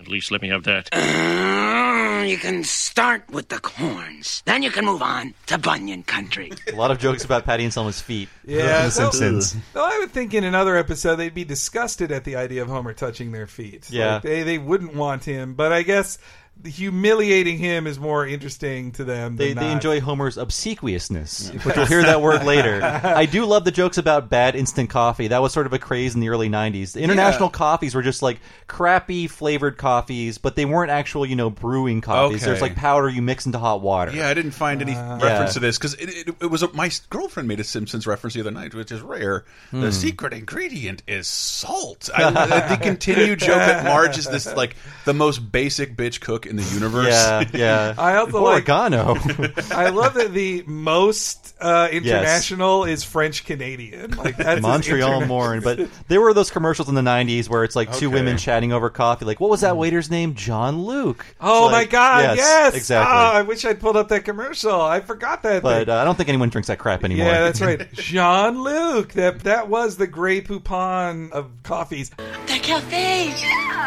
Speaker 5: At least let me have [SIGHS] that.
Speaker 2: Uh, you can start with the corns. Then you can move on to Bunyan Country.
Speaker 1: A lot of jokes about Patty and Selma's feet.
Speaker 4: Yeah,
Speaker 1: The
Speaker 4: so-
Speaker 1: Simpsons.
Speaker 4: No, I would think in another episode they'd be disgusted at the idea of Homer touching their feet.
Speaker 1: Yeah.
Speaker 4: Like, they they wouldn't want him, but I guess humiliating him is more interesting to them.
Speaker 1: They,
Speaker 4: than
Speaker 1: they
Speaker 4: not.
Speaker 1: enjoy Homer's obsequiousness, which we'll hear
Speaker 4: [LAUGHS]
Speaker 1: that word later. I do love the jokes about bad instant coffee. That was sort of a craze in the early 90s. The international coffees were just like crappy flavored coffees, but they weren't actual, you know, brewing coffees.
Speaker 3: Okay.
Speaker 1: There's like powder you mix into hot water.
Speaker 3: Yeah, I didn't find any reference
Speaker 1: Uh, Yeah.
Speaker 3: to this because it, it, it was a, my girlfriend made a Simpsons reference the other night, which is rare.
Speaker 1: Hmm.
Speaker 3: The secret ingredient is salt. I, uh, the continued joke that Marge is this like the most basic bitch cook in the universe.
Speaker 1: Yeah, [LAUGHS]
Speaker 3: [LAUGHS]
Speaker 1: yeah.
Speaker 4: I also like-
Speaker 1: Oregano.
Speaker 4: [LAUGHS] I love that the most uh, international is French Canadian. Like that's as
Speaker 1: Montreal
Speaker 4: interna-
Speaker 1: Morn.
Speaker 4: [LAUGHS]
Speaker 1: But there were those commercials in the 90s where it's like
Speaker 4: Okay.
Speaker 1: two
Speaker 4: Mm.
Speaker 1: women chatting over coffee. Like, what was that waiter's name? John Luke.
Speaker 4: Oh
Speaker 1: It's
Speaker 4: my
Speaker 1: like,
Speaker 4: God! Yes,
Speaker 1: Exactly.
Speaker 4: Ah, I wish I'd pulled up that commercial. I forgot that. thing.
Speaker 1: but uh, I don't think anyone drinks that crap anymore.
Speaker 4: Yeah, that's
Speaker 1: [LAUGHS]
Speaker 4: right. Jean Luc. That that was the Grey Poupon of coffees.
Speaker 17: The cafe.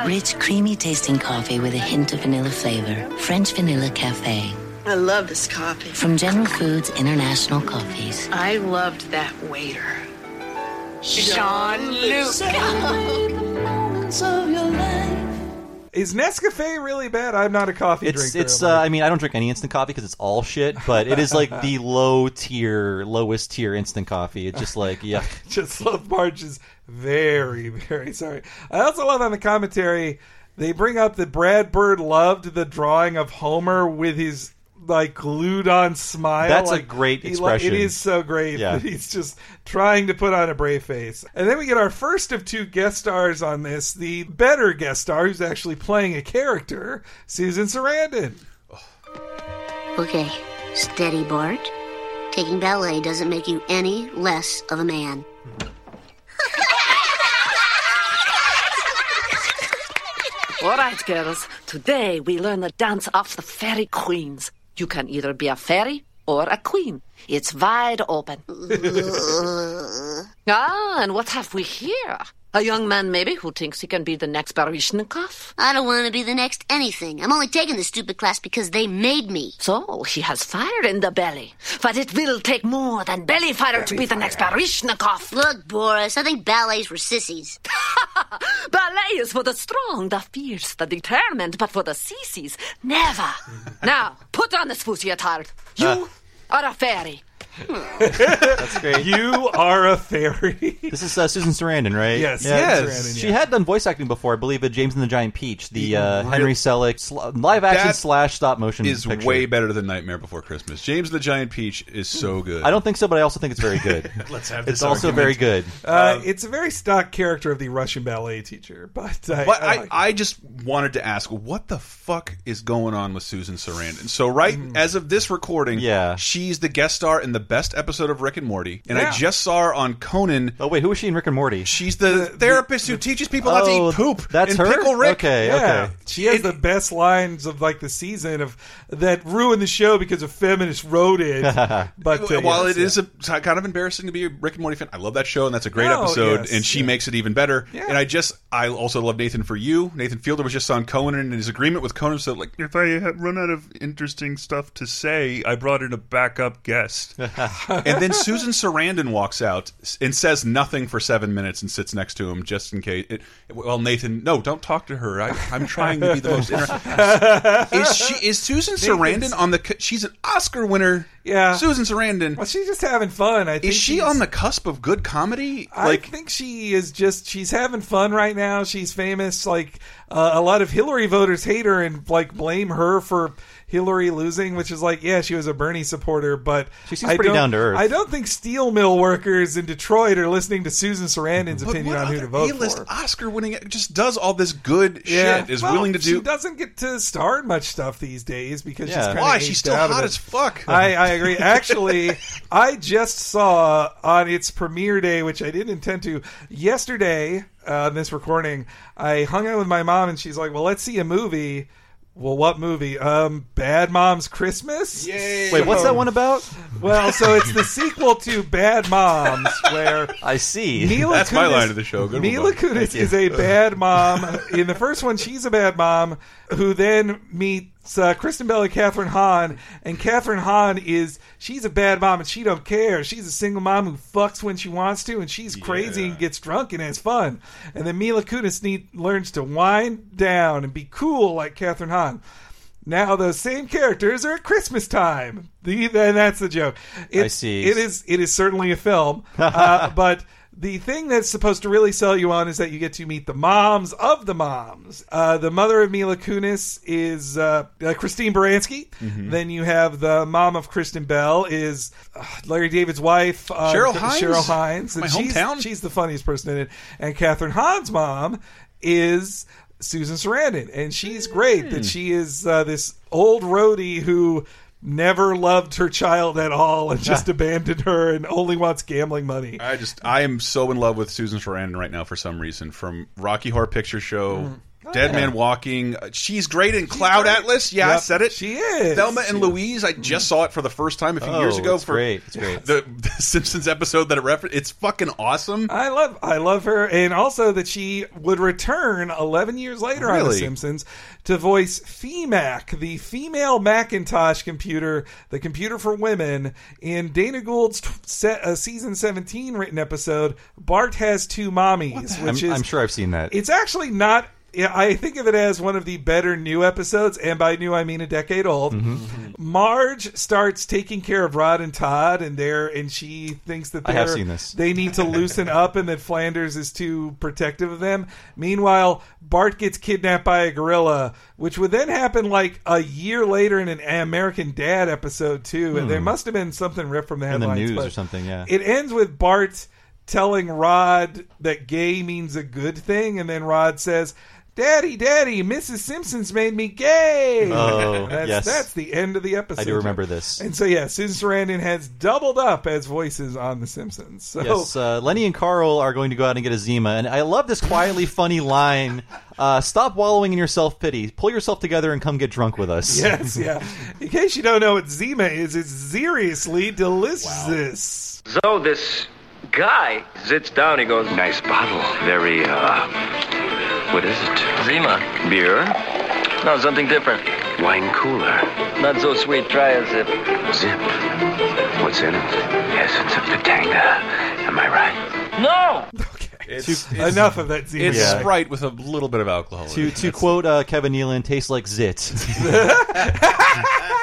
Speaker 17: Rich, creamy tasting coffee with a hint of vanilla flavor. French Vanilla Cafe.
Speaker 18: I love this coffee.
Speaker 17: From General Foods International Coffees.
Speaker 18: I loved that waiter.
Speaker 4: Is Nescafe really bad? I'm not a coffee
Speaker 1: It's
Speaker 4: drinker.
Speaker 1: it's. Uh, I mean, I don't drink any instant coffee because it's all shit. But it
Speaker 4: [LAUGHS]
Speaker 1: is like the low tier, lowest tier instant coffee. It's just
Speaker 4: [LAUGHS]
Speaker 1: like yeah.
Speaker 4: just love March is very, very sorry. I also love on the commentary they bring up that Brad Bird loved the drawing of Homer with his like glued on smile.
Speaker 1: That's a
Speaker 4: Like,
Speaker 1: great
Speaker 4: he lo-
Speaker 1: expression.
Speaker 4: it is so great
Speaker 1: Yeah.
Speaker 4: that he's just trying to put on a brave face. And then we get our first of two guest stars on this, the better guest star who's actually playing a character, Susan Sarandon.
Speaker 12: Okay, steady, Bart. Taking ballet doesn't make you any less of a man.
Speaker 19: [LAUGHS] All right, girls. Today we learn the dance of the fairy queens. You can either be a fairy or a queen. It's wide open. ah, and what have we here? A young man, maybe, who thinks he can be the next Baryshnikov?
Speaker 12: I don't want to be the next anything. I'm only taking this stupid class because they made me.
Speaker 19: So he has fire in the belly. But it will take more than belly fire to be the next Baryshnikov.
Speaker 12: Look, Boris, I think ballet's for sissies.
Speaker 19: [LAUGHS] Ballet is for the strong, the fierce, the determined, but for the sissies, never. now, put on this fussy attire. You are a fairy.
Speaker 12: Hmm.
Speaker 1: That's great.
Speaker 4: You are a fairy.
Speaker 1: This is uh, Susan Sarandon, right?
Speaker 4: Yes, Susan Sarandon,
Speaker 1: She
Speaker 4: yeah.
Speaker 1: had done voice acting before, I believe, at James and the Giant Peach, the uh, Henry Selick sl- live action
Speaker 3: That
Speaker 1: slash stop motion
Speaker 3: [LAUGHS] Is
Speaker 1: picture.
Speaker 3: way better than Nightmare Before Christmas. James the Giant Peach is
Speaker 4: Hmm.
Speaker 3: so good.
Speaker 1: I don't think so, but I also think it's very
Speaker 4: [LAUGHS]
Speaker 1: good.
Speaker 3: Let's have
Speaker 1: It's
Speaker 3: this argument.
Speaker 1: also
Speaker 3: Um,
Speaker 1: very good.
Speaker 4: Uh, it's a very stock character of the Russian ballet teacher,
Speaker 1: [LAUGHS]
Speaker 4: but I,
Speaker 1: oh
Speaker 3: But
Speaker 4: I
Speaker 3: I,
Speaker 4: like
Speaker 3: I just wanted to ask, what the fuck is going on with Susan Sarandon? So right
Speaker 1: Mm-hmm.
Speaker 3: as of this recording, yeah. she's the guest star in the best episode of Rick and Morty, and
Speaker 1: Yeah.
Speaker 3: I just saw her on Conan.
Speaker 1: Oh wait, who is she in Rick and Morty?
Speaker 3: She's the,
Speaker 1: [LAUGHS]
Speaker 3: therapist who teaches people how to
Speaker 1: Oh,
Speaker 3: eat poop.
Speaker 1: that's
Speaker 3: in
Speaker 1: her?
Speaker 3: Pickle Rick.
Speaker 1: Okay, okay.
Speaker 4: She has the best lines of like the season of that ruined the show because a feminist wrote
Speaker 1: [LAUGHS]
Speaker 4: it. but uh,
Speaker 3: while
Speaker 4: yes,
Speaker 3: it is a, kind of embarrassing to be a Rick and Morty fan, I love that show and that's a great
Speaker 1: Oh,
Speaker 4: No,
Speaker 3: episode,
Speaker 4: yes,
Speaker 3: and she makes it even better. And I just, I also love Nathan for you. Nathan Fielder was just on Conan and his agreement with Conan, so like
Speaker 20: If I had run out of interesting stuff to say, I brought in a backup guest.
Speaker 3: and then Susan Sarandon walks out and says nothing for seven minutes and sits next to him just in case. It, well, Nathan, no, don't talk to her. I, I'm trying to be the most.
Speaker 4: [LAUGHS]
Speaker 3: Inter- is she? Is Susan
Speaker 4: Nathan's-
Speaker 3: Sarandon on the? c- She's an Oscar winner.
Speaker 4: Yeah.
Speaker 3: Susan Sarandon. Well,
Speaker 4: she's just having fun. I think
Speaker 3: is she
Speaker 4: she's-
Speaker 3: on the cusp of good comedy?
Speaker 4: I think she is just she's having fun right now. She's famous. Like uh, a lot of Hillary voters hate her and like blame her for Hillary losing, which is like, yeah, she was a Bernie supporter, but she
Speaker 1: seems pretty down to earth.
Speaker 4: I don't think steel mill workers in Detroit are listening to Susan Sarandon's opinion on who to vote
Speaker 3: A-list
Speaker 4: for.
Speaker 3: Oscar winning just does all this good shit. Is
Speaker 4: Well,
Speaker 3: willing to
Speaker 4: She
Speaker 3: do.
Speaker 4: doesn't get to star in much stuff these days because she's
Speaker 3: Yeah.
Speaker 4: kind
Speaker 3: Why?
Speaker 4: of
Speaker 3: She's still hot as fuck.
Speaker 4: I, I agree. Actually,
Speaker 3: [LAUGHS]
Speaker 4: I just saw on its premiere day, which I didn't intend to, yesterday uh, on this recording. I hung out with my mom, and she's like, "Well, let's see a movie." Well, what movie? Um, Bad Mom's Christmas. Yay.
Speaker 1: Wait, what's that one about?
Speaker 4: Well, so it's
Speaker 1: [LAUGHS]
Speaker 4: the sequel to Bad Moms, where
Speaker 1: I see.
Speaker 4: Mila
Speaker 3: That's my
Speaker 4: Kunis-
Speaker 3: line of the show. Good one,
Speaker 4: Mila
Speaker 3: Bob. Thank
Speaker 4: Kunis
Speaker 3: you.
Speaker 4: is a bad mom. In the first one, she's a bad mom who then meets uh, Kristen Bell and Catherine Hahn, and Catherine Hahn is she's a bad mom and she don't care. She's a single mom who fucks when she wants to, and she's crazy and gets drunk and has fun. And then Mila Kunis need, learns to wind down and be cool like Catherine Hahn. Now those same characters are at Christmas time. The, then that's the joke. It,
Speaker 1: I see.
Speaker 4: It is. It is certainly
Speaker 3: [LAUGHS]
Speaker 4: a film, uh, but the thing that's supposed to really sell you on is that you get to meet the moms of the moms. Uh, the mother of Mila Kunis is uh, uh, Christine Baranski.
Speaker 3: Mhm.
Speaker 4: Then you have the mom of Kristen Bell is uh, Larry David's wife, uh,
Speaker 3: Cheryl
Speaker 4: Ch-
Speaker 3: Hines?
Speaker 4: Cheryl Hines.
Speaker 3: My
Speaker 4: she's,
Speaker 3: hometown?
Speaker 4: She's the funniest person in it. And Catherine Hahn's mom is Susan Sarandon, and
Speaker 3: Hmm.
Speaker 4: she's great. That she is uh, this old roadie who never loved her child at all [LAUGHS] and
Speaker 1: [LAUGHS]
Speaker 4: just abandoned her and only wants gambling money.
Speaker 3: I just I am so in love with Susan Sarandon right now for some reason. From Rocky Horror Picture Show, Dead
Speaker 4: yeah.
Speaker 3: Man Walking, uh, she's great in Cloud Atlas. Yeah, I
Speaker 4: Yep.
Speaker 3: said it.
Speaker 4: She is.
Speaker 3: Thelma and Louise. I just saw it for the first time a few
Speaker 1: Oh,
Speaker 3: years ago.
Speaker 1: it's
Speaker 3: for
Speaker 1: great.
Speaker 4: [LAUGHS]
Speaker 1: It's great.
Speaker 3: The, [LAUGHS] the Simpsons episode that it referenced. It's fucking awesome.
Speaker 4: I love I love her, and also that she would return 11 years later on The
Speaker 3: Really?
Speaker 4: Simpsons to voice FEMAC, the female Macintosh computer, the computer for women, in Dana Gould's t- se- uh, season 17 written episode, Bart Has Two Mommies,
Speaker 1: I'm,
Speaker 4: which is
Speaker 1: I'm sure I've seen that.
Speaker 4: it's actually not. yeah, I think of it as one of the better new episodes, and by new I mean a decade old.
Speaker 1: Mm-hmm.
Speaker 4: Marge starts taking care of Rod and Todd, and they're and she thinks that
Speaker 1: I
Speaker 4: they're,
Speaker 1: have seen this.
Speaker 4: they need to loosen up, and that Flanders is too protective of them. Meanwhile, Bart gets kidnapped by a gorilla, which would then happen like a year later in an American Dad episode too. And there
Speaker 1: Hmm.
Speaker 4: must have been something ripped from the
Speaker 1: in the
Speaker 4: headlines,
Speaker 1: news or
Speaker 4: but-
Speaker 1: something. Yeah.
Speaker 4: it ends with Bart telling Rod that gay means a good thing, and then Rod says, "Daddy, Daddy, Mrs. Simpson's made me gay."
Speaker 1: Oh,
Speaker 4: [LAUGHS] that's,
Speaker 1: yes.
Speaker 4: that's the end of the episode.
Speaker 1: I do remember this.
Speaker 4: And so, yeah, Susan Sarandon has doubled up as voices on The Simpsons. So,
Speaker 1: yes, uh, Lenny and Carl are going to go out and get a Zima, and I love this quietly funny line. Uh, Stop wallowing in your self pity. Pull yourself together and come get drunk with us.
Speaker 4: [LAUGHS]
Speaker 1: [LAUGHS]
Speaker 4: yes, yeah. In case you don't know what Zima is, it's seriously delicious.
Speaker 20: So this guy sits down. He goes, "Nice bottle. Very uh, what is it? Zima beer? No, something different. Wine cooler. Not so sweet. Try a zip. Zip. What's in it? Essence of Patanga. Am I right? No.
Speaker 3: It's,
Speaker 4: Enough of that Zima.
Speaker 3: It's
Speaker 1: Yeah.
Speaker 3: Sprite with a little bit of alcohol. in
Speaker 1: To
Speaker 3: it.
Speaker 1: to quote uh, Kevin Nealon, tastes like zit.
Speaker 4: [LAUGHS]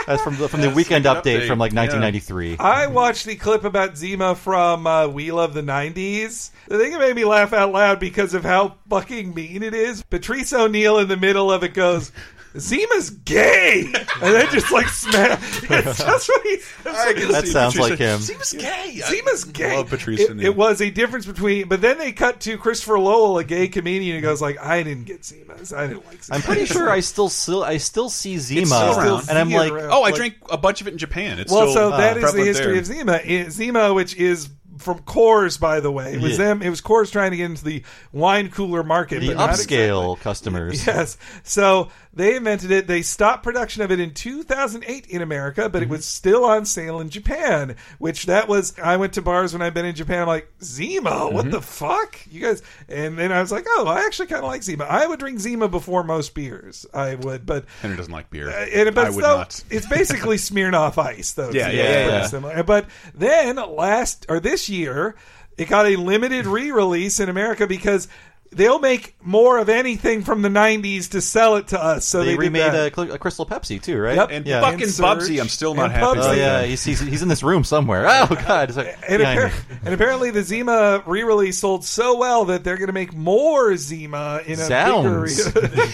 Speaker 1: That's from the, from the weekend update, from like 1993.
Speaker 4: I watched the clip about Zima from uh, We Love the 90s. The thing that made me laugh out loud because of how fucking mean it is. Patrice O'Neill in the middle of it goes, Zima's gay! And then just like smack. [LAUGHS] It's just what he
Speaker 1: That sounds like him.
Speaker 3: Seems gay.
Speaker 4: Zima's gay.
Speaker 3: love Patrice
Speaker 4: It,
Speaker 3: O'Neill.
Speaker 4: it was a difference between, but then they cut to Christopher Lowell, a gay comedian, who goes like, "I didn't get Zima's. I didn't like." Zima's.
Speaker 1: I'm pretty
Speaker 4: [LAUGHS]
Speaker 1: sure I still still I still see Zima,
Speaker 3: still around.
Speaker 1: and I'm
Speaker 4: Still
Speaker 1: like,
Speaker 4: around.
Speaker 3: Oh, I
Speaker 4: Like-
Speaker 3: drank a bunch of it in Japan. It's
Speaker 4: well,
Speaker 3: still uh,
Speaker 4: so that is the
Speaker 3: prevalent
Speaker 4: history
Speaker 3: there.
Speaker 4: of Zima. It- Zima, which is from Coors, by the way. It was
Speaker 1: Yeah.
Speaker 4: them. It was Coors trying to get into the wine cooler market,
Speaker 1: The
Speaker 4: but not
Speaker 1: upscale customers.
Speaker 4: Yes. So they invented it. They stopped production of it in 2008 in America,
Speaker 3: Mm-hmm.
Speaker 4: but it was still on sale in Japan, which that was. I went to bars when I've been in Japan. I'm like, Zima,
Speaker 3: Mm-hmm.
Speaker 4: what the fuck? You guys. And then I was like, oh, I actually kind of like Zima. I would drink Zima before most beers. I would, but.
Speaker 3: Henry doesn't like beer.
Speaker 4: Uh, and, but
Speaker 3: I would
Speaker 4: so-
Speaker 3: not.
Speaker 4: [LAUGHS] it's basically Smirnoff Ice,
Speaker 3: Yeah,
Speaker 4: though. too.
Speaker 3: yeah,
Speaker 4: It's
Speaker 3: yeah,
Speaker 4: pretty
Speaker 3: yeah.
Speaker 4: similar. But then last or this year, it got a limited re-release in America because they'll make more of anything from the '90s to sell it to us. So
Speaker 1: they,
Speaker 4: they, did
Speaker 1: remade
Speaker 4: that.
Speaker 1: a, cl- a Crystal Pepsi too, right?
Speaker 4: Yep. And fucking And Surge. Bubsy, I'm still not And happy Bubsy.
Speaker 1: Oh
Speaker 4: about
Speaker 1: yeah,
Speaker 4: that.
Speaker 1: he's, he's he's in this room somewhere. Oh god, it's like,
Speaker 4: And,
Speaker 1: behind me.
Speaker 4: appar- [LAUGHS] and apparently, the Zima re-release sold so well that they're going to make more Zima in a
Speaker 3: Sounds.
Speaker 4: bigger. re-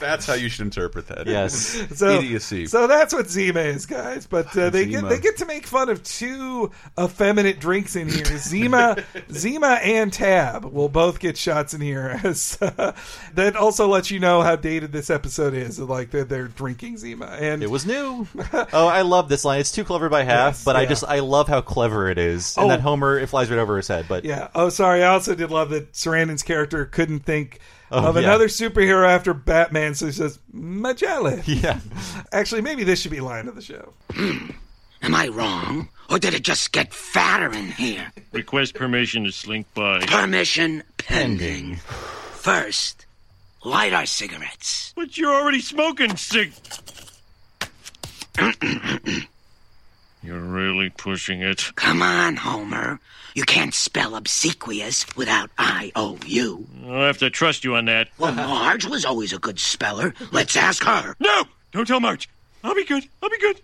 Speaker 3: That's how you should interpret that. [LAUGHS]
Speaker 1: Yes.
Speaker 4: [LAUGHS] so,
Speaker 3: Idiocy.
Speaker 4: So that's what Zima is, guys. But uh, they
Speaker 3: Zima.
Speaker 4: get they get to make fun of two effeminate drinks in
Speaker 1: [LAUGHS]
Speaker 4: here. Zima, Zima, and Tab will both get shots in here. [LAUGHS] As, uh, that also lets you know how dated this episode is. Like they're, they're drinking Zima, and
Speaker 1: it was new. oh, I love this line. It's too clever by half,
Speaker 4: Yes,
Speaker 1: but I
Speaker 4: yeah.
Speaker 1: just I love how clever it is.
Speaker 4: Oh.
Speaker 1: And that Homer it flies right over his head.
Speaker 4: [LAUGHS]
Speaker 1: But
Speaker 4: Yeah. Oh, sorry. I also did love that Sarandon's character couldn't think
Speaker 1: Oh,
Speaker 4: of
Speaker 1: yeah.
Speaker 4: another superhero after Batman, so he says Magellan.
Speaker 1: [LAUGHS] Yeah.
Speaker 4: Actually, maybe this should be line of the show.
Speaker 2: Am I wrong? Or did it just get fatter in here?
Speaker 5: Request permission to slink by.
Speaker 2: Permission pending. First, light our cigarettes. [CLEARS THROAT]
Speaker 5: But you're already smoking cig. you're really pushing it.
Speaker 2: Come on, Homer. You can't spell obsequious without I O U.
Speaker 5: I'll have to trust you on that.
Speaker 2: Well, Marge was always a good speller. Let's ask her.
Speaker 5: No! Don't tell Marge. I'll be good. I'll be good.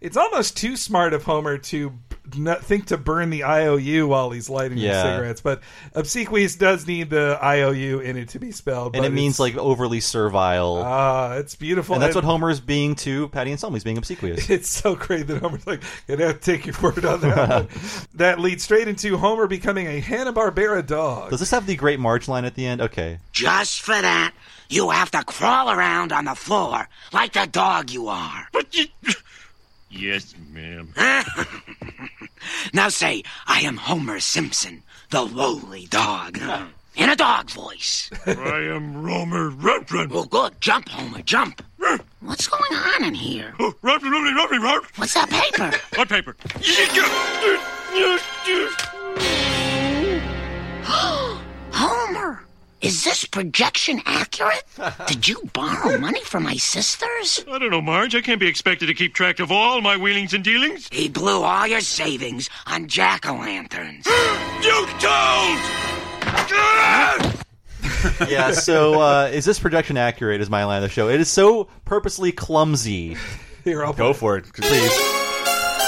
Speaker 4: It's almost too smart of Homer to b- not think to burn the IOU while he's lighting
Speaker 1: Yeah.
Speaker 4: the cigarettes, but obsequious does need the IOU in it to be spelled.
Speaker 1: and
Speaker 4: but
Speaker 1: it means like overly servile.
Speaker 4: it's- ah, it's beautiful.
Speaker 1: and that's
Speaker 4: And
Speaker 1: what Homer's being to Patty and Selma. He's being
Speaker 4: [LAUGHS]
Speaker 1: obsequious.
Speaker 4: It's so great that Homer's like, "Gonna have to take your word on
Speaker 1: [LAUGHS]
Speaker 4: that." that leads straight into Homer becoming a Hanna Barbera dog.
Speaker 1: Does this have the great Marge line at the
Speaker 4: [LAUGHS]
Speaker 1: end? Okay.
Speaker 2: Just for that, you have to crawl around on the floor like the dog you are.
Speaker 5: But you. Yes, ma'am.
Speaker 2: [LAUGHS] Now say, I am Homer Simpson, the lowly dog. In a dog voice.
Speaker 5: I am Romer Rutron.
Speaker 2: Well, good. Jump, Homer, jump.
Speaker 5: [LAUGHS]
Speaker 2: What's going on in here?
Speaker 5: Oh, Rutron, Rutron, Rutron, Rutron.
Speaker 2: What's that paper?
Speaker 5: What paper? [LAUGHS]
Speaker 2: Homer, is this projection [LAUGHS] accurate? Did you borrow money from my sisters?
Speaker 5: I don't know, Marge. I can't be expected to keep track of all my wheelings and dealings.
Speaker 2: He blew all your savings on jack o' lanterns.
Speaker 5: You told!
Speaker 2: [LAUGHS]
Speaker 11: [LAUGHS]
Speaker 1: yeah, so uh, is this projection accurate? Is my line of the show? It is so purposely clumsy.
Speaker 4: Here, I'll
Speaker 1: go for it, please.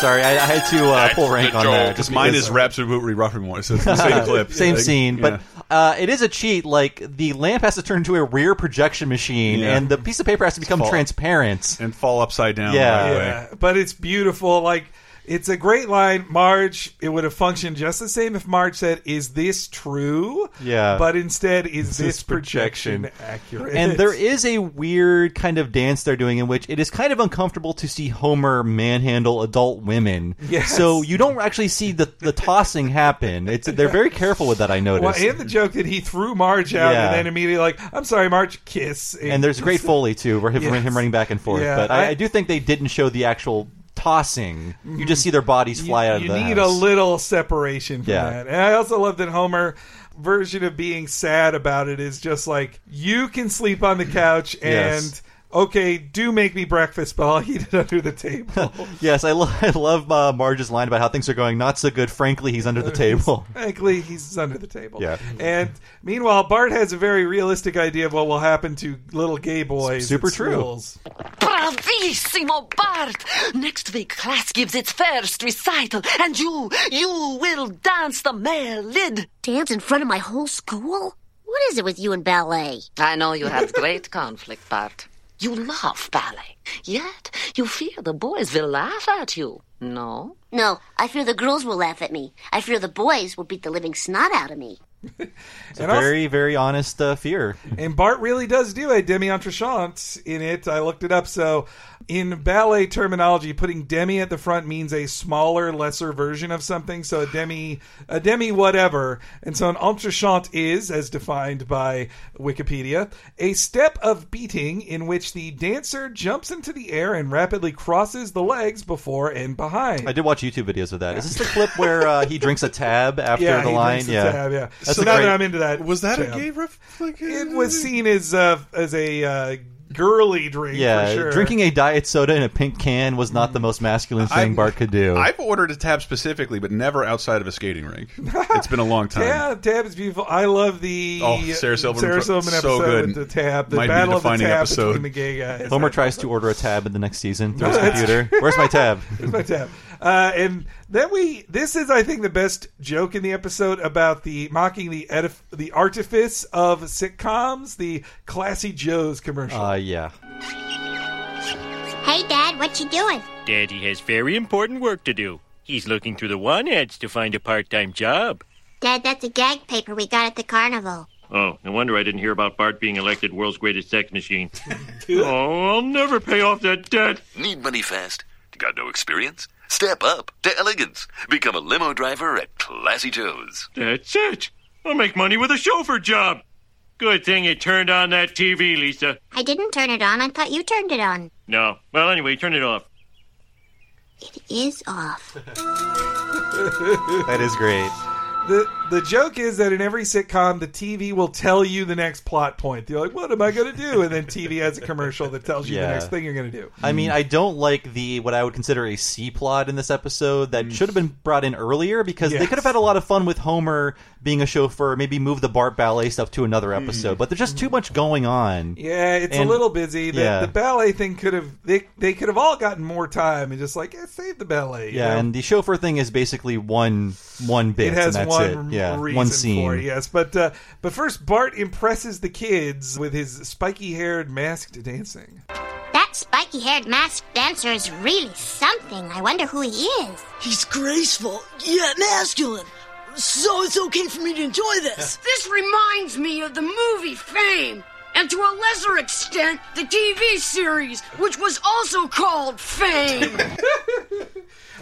Speaker 1: Sorry, I, I had to uh, pull rank on that.
Speaker 3: Because
Speaker 1: Just
Speaker 3: mine
Speaker 1: because-
Speaker 3: is Rhapsody Ruffinmore. So it's the [LAUGHS]
Speaker 4: [LAUGHS]
Speaker 1: [LAUGHS]
Speaker 3: same clip.
Speaker 1: Same
Speaker 3: Like,
Speaker 1: scene,
Speaker 3: yeah.
Speaker 1: but uh, it is a cheat. Like the lamp has to turn into a rear projection machine,
Speaker 3: Yeah.
Speaker 1: and the piece of paper has to become
Speaker 3: fall-
Speaker 1: transparent
Speaker 3: and fall upside down.
Speaker 1: Yeah,
Speaker 4: Yeah, but it's beautiful. Like it's a great line, Marge. It would have functioned just the same if Marge said, "Is this true?"
Speaker 1: Yeah.
Speaker 4: But instead, is this,
Speaker 1: is
Speaker 4: projection,
Speaker 1: projection.
Speaker 4: accurate?
Speaker 1: And there is a weird kind of dance they're doing in which it is kind of uncomfortable to see Homer manhandle adult women.
Speaker 4: Yes.
Speaker 1: So you don't actually see the, the tossing happen. It's they're very careful with that. I noticed.
Speaker 4: [LAUGHS] Well, and the joke that he threw Marge out,
Speaker 1: Yeah.
Speaker 4: and then immediately like, "I'm sorry, Marge, kiss."
Speaker 1: and there's
Speaker 4: [LAUGHS]
Speaker 1: great Foley too, where him,
Speaker 4: Yes.
Speaker 1: him running back and forth.
Speaker 4: Yeah,
Speaker 1: but I,
Speaker 4: I-
Speaker 1: I do think they didn't show the actual tossing. You just see their bodies fly out of
Speaker 4: Mm. you
Speaker 1: the
Speaker 4: need
Speaker 1: house.
Speaker 4: a little separation from
Speaker 1: Yeah.
Speaker 4: that. And I also love that Homer version of being sad about it is just like you can sleep on the couch and
Speaker 1: Yes.
Speaker 4: okay, do make me breakfast, but I'll [LAUGHS] eat it under the table.
Speaker 1: yes, I, lo- [LAUGHS] I love uh, Marge's line about how things are going not so good. Frankly, he's under the table. [LAUGHS]
Speaker 4: Frankly, Uh, he's under the table.
Speaker 1: Yeah.
Speaker 4: And meanwhile, Bart has a very realistic idea of what will happen to little gay boys.
Speaker 1: Super
Speaker 4: at
Speaker 1: true.
Speaker 4: schools.
Speaker 19: Bravissimo, Bart! Next week, class gives its first recital, and you, you will dance the male lid.
Speaker 12: Dance in front of my whole school? What is it with you and ballet?
Speaker 19: I know Oh, you have great conflict, Bart. You love ballet, yet you fear the boys will laugh at you. No?
Speaker 12: No, I fear the girls will laugh at me. I fear the boys will beat the living snot out of me.
Speaker 1: It's a very, very honest uh, fear.
Speaker 4: And Bart really does do a demi entrechantes in it. I looked it up. So, in ballet terminology, putting demi at the front means a smaller, lesser version of something. So, a demi, a demi whatever. And so, an entrechantes is, as defined by Wikipedia, a step of beating in which the dancer jumps into the air and rapidly crosses the legs before and behind.
Speaker 1: I did watch YouTube videos of that. Is this the clip where uh, he drinks
Speaker 4: [LAUGHS]
Speaker 1: a tab after
Speaker 4: yeah,
Speaker 1: the
Speaker 4: he
Speaker 1: line?
Speaker 4: drinks the
Speaker 1: yeah,
Speaker 4: tab, yeah.
Speaker 1: That's
Speaker 4: so
Speaker 1: a
Speaker 4: now
Speaker 1: great-
Speaker 4: that I'm into that,
Speaker 21: Was that a
Speaker 4: jam.
Speaker 21: gay ref? Like,
Speaker 4: It was seen as uh, as a uh, girly drink.
Speaker 1: Yeah,
Speaker 4: for sure.
Speaker 1: drinking a diet soda in a pink can was not the most masculine thing
Speaker 3: I've-
Speaker 1: Bart could do.
Speaker 3: I've ordered a tab specifically, but never outside of a skating rink. It's been a
Speaker 4: [LAUGHS]
Speaker 3: long time.
Speaker 4: Tab, tab is beautiful. I love the
Speaker 3: Oh, Sarah Silverman
Speaker 4: Sarah
Speaker 3: pro-
Speaker 4: Silverman
Speaker 3: so
Speaker 4: episode
Speaker 3: good.
Speaker 4: with the tab, the
Speaker 3: Might be the
Speaker 4: battle of the
Speaker 3: defining
Speaker 4: tab
Speaker 3: episode.
Speaker 4: between the gay guys.
Speaker 1: Homer tries to order a tab in the next season through his
Speaker 4: No, that's-
Speaker 1: computer. Where's my
Speaker 4: [LAUGHS]
Speaker 1: tab?
Speaker 4: There's my tab. Uh, and then we. This is, I think, the best joke in the episode about the mocking the edif- the artifice of sitcoms, the classy Joe's commercial.
Speaker 1: Uh, yeah.
Speaker 12: Hey, Dad, what you doing?
Speaker 5: Daddy has very important work to do. He's looking through the want ads to find a part time job.
Speaker 12: Dad, that's a gag paper we got at the carnival.
Speaker 5: Oh, no wonder I didn't hear about Bart being elected world's greatest sex machine. oh, I'll never pay off that debt.
Speaker 22: Need money fast? Got no experience? Step up to elegance. Become a limo driver at Classy Joe's.
Speaker 5: That's it. I'll make money with a chauffeur job. Good thing you turned on that TV, Lisa.
Speaker 12: I didn't turn it on. I thought you turned it on.
Speaker 5: No. Well, anyway, turn it off.
Speaker 12: It is off.
Speaker 1: That is great.
Speaker 4: The the joke is that in every sitcom, the TV will tell you the next plot point. You're like, what am I going to do? And then TV has a commercial that tells you the
Speaker 1: Yeah.
Speaker 4: next thing you're going to do.
Speaker 1: I mean, I don't like the what I would consider a C plot in this episode that should have been brought in earlier because they
Speaker 4: Mm. Yes.
Speaker 1: could have had a lot of fun with Homer being a chauffeur, maybe move the Bart ballet stuff to another episode, but there's just too much going
Speaker 4: Mm.
Speaker 1: on.
Speaker 4: yeah, it's
Speaker 1: And-
Speaker 4: a little busy. The,
Speaker 1: yeah.
Speaker 4: the ballet thing could have they they could have all gotten more time and just like yeah, save the ballet. you
Speaker 1: Yeah,
Speaker 4: know?
Speaker 1: and the chauffeur thing is basically one one bit,
Speaker 4: it has
Speaker 1: and that's
Speaker 4: one
Speaker 1: it. Yeah,
Speaker 4: reason
Speaker 1: one scene.
Speaker 4: for it. Yes, but uh, but first, Bart impresses the kids with his spiky-haired masked dancing.
Speaker 12: That spiky haired masked dancer is really something. I wonder who he is.
Speaker 23: He's graceful, yet masculine. So it's okay for me to enjoy this.
Speaker 13: [LAUGHS] This reminds me of the movie Fame, and to a lesser extent, the TV series, which was also called Fame.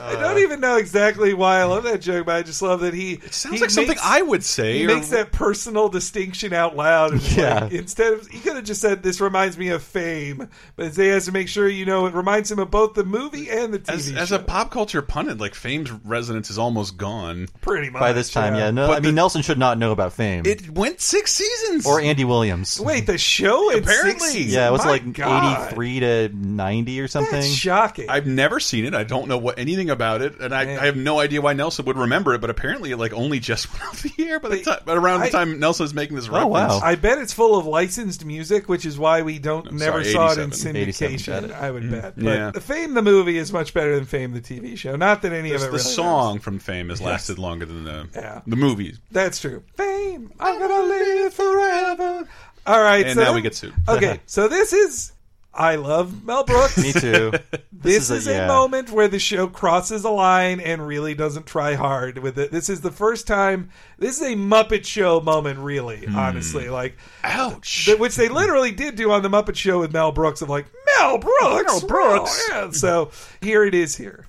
Speaker 3: Uh,
Speaker 4: I don't even know exactly why I love that joke, but I just love that he. It sounds
Speaker 3: like something I would say,
Speaker 4: He
Speaker 3: or-
Speaker 4: makes that personal distinction out loud. It's
Speaker 3: Yeah.
Speaker 4: like, instead of he could have just said, "This reminds me of Fame," but he has to make sure you know it reminds him of both the movie and the TV
Speaker 3: As,
Speaker 4: show.
Speaker 3: as a pop culture pundit, like fame's resonance is almost gone.
Speaker 4: Pretty much.
Speaker 1: By this time, yeah, no, I mean Nelson should not know about Fame
Speaker 3: It went six seasons.
Speaker 1: or Andy Williams.
Speaker 4: Wait, the show had
Speaker 3: Apparently.
Speaker 4: six seasons?
Speaker 1: Yeah, it was
Speaker 4: My
Speaker 1: like
Speaker 4: God.
Speaker 1: eighty three to ninety or something.
Speaker 4: shocking.
Speaker 3: I've never seen it. I don't know what anything about it, and I, I have no idea why Nelson would remember it. But apparently, it like only just [LAUGHS] went off the air. By the time, but around
Speaker 4: I-
Speaker 3: the time Nelson is making this
Speaker 1: Oh, wow.
Speaker 3: reference,
Speaker 4: I bet it's full of licensed music, which is why we don't never
Speaker 3: sorry,
Speaker 4: saw it in
Speaker 3: 87. 87, got
Speaker 4: syndication.
Speaker 3: it.
Speaker 4: I would
Speaker 3: Mm.
Speaker 4: bet. But
Speaker 3: Yeah.
Speaker 4: Fame the movie is much better than Fame the TV show. Not that any
Speaker 3: There's
Speaker 4: of
Speaker 3: the
Speaker 4: it really
Speaker 3: song from Fame has
Speaker 4: Yes.
Speaker 3: lasted longer than the
Speaker 4: Yeah.
Speaker 3: the movies.
Speaker 4: That's true. Fame, I'm gonna live forever. All right,
Speaker 3: And
Speaker 4: so
Speaker 3: now
Speaker 4: that-
Speaker 3: we get sued. [LAUGHS]
Speaker 4: Okay, so this is I love Mel Brooks.
Speaker 1: Me too.
Speaker 4: This, is,
Speaker 1: This is
Speaker 4: a,
Speaker 1: a- yeah.
Speaker 4: moment where the show crosses a line and really doesn't try hard with it. This is the first time. This is a Muppet Show moment, really, honestly. Like,
Speaker 3: Hmm. ouch,
Speaker 4: which they literally did do on the Muppet Show with Mel Brooks. Of like Mel Brooks,
Speaker 3: Mel Brooks.
Speaker 4: wow, yeah. So here it is. Here,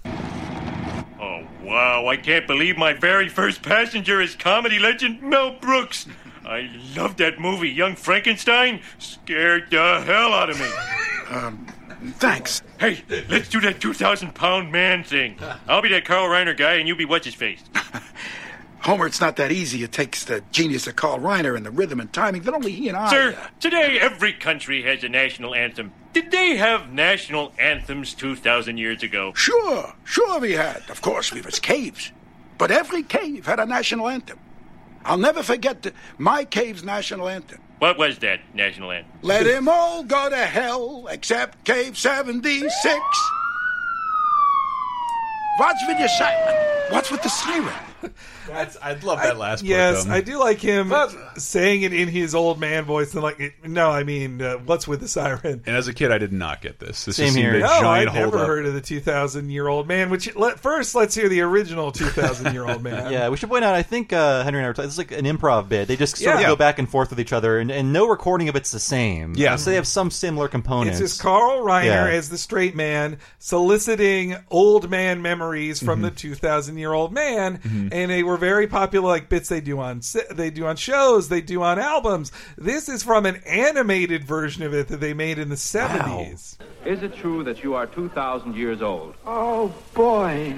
Speaker 5: Oh, wow. I can't believe my very first passenger is comedy legend Mel Brooks. I love that movie. Young Frankenstein scared the hell out of me. [LAUGHS] Um, thanks. Hey, let's do that 2,000 pound man thing. I'll be that Carl Reiner guy, and you be what's his face.
Speaker 24: Homer, it's not that easy. It takes the genius of Carl Reiner and the rhythm and timing that only he and I.
Speaker 5: Sir, today every country has a national anthem. Did they have national anthems 2,000 years ago?
Speaker 24: Sure, sure we had. Of course, we was caves. But every cave had a national anthem. I'll never forget the, my cave's national anthem.
Speaker 5: What was that national
Speaker 24: [LAUGHS]
Speaker 5: anthem?
Speaker 24: Let him all go to hell except cave 76. What's with your siren? What's with the siren?
Speaker 3: That's, I'd love that last.
Speaker 4: Yes,
Speaker 3: part,
Speaker 4: I do like him saying it in his old man voice. And like, it, no, I mean, uh, what's with the siren?
Speaker 3: And as a kid, I did not get this. This
Speaker 4: Same
Speaker 3: just seemed
Speaker 4: here.
Speaker 3: a
Speaker 4: No,
Speaker 3: giant
Speaker 4: I never
Speaker 3: holdup.
Speaker 4: heard of the 2,000 year old man. Which let, first, let's hear the original 2,000 year old man.
Speaker 1: Yeah, we should point out. I think uh, Henry and I were talking. This is like an improv bit. They just sort
Speaker 4: Yeah.
Speaker 1: of go back and forth with each other, and, and no recording of it's the same. Yeah, so they have some similar components.
Speaker 4: It's just Carl Reiner
Speaker 1: Yeah.
Speaker 4: as the straight man soliciting old man memories
Speaker 3: Mm-hmm.
Speaker 4: from the two thousand year old man,
Speaker 1: Mhm.
Speaker 4: and they were very popular like bits they do on se- they do on shows, they do on albums. This is from an animated version of it that they made in the seventies.
Speaker 7: Is it true that you are 2,000 years old?
Speaker 4: Oh boy!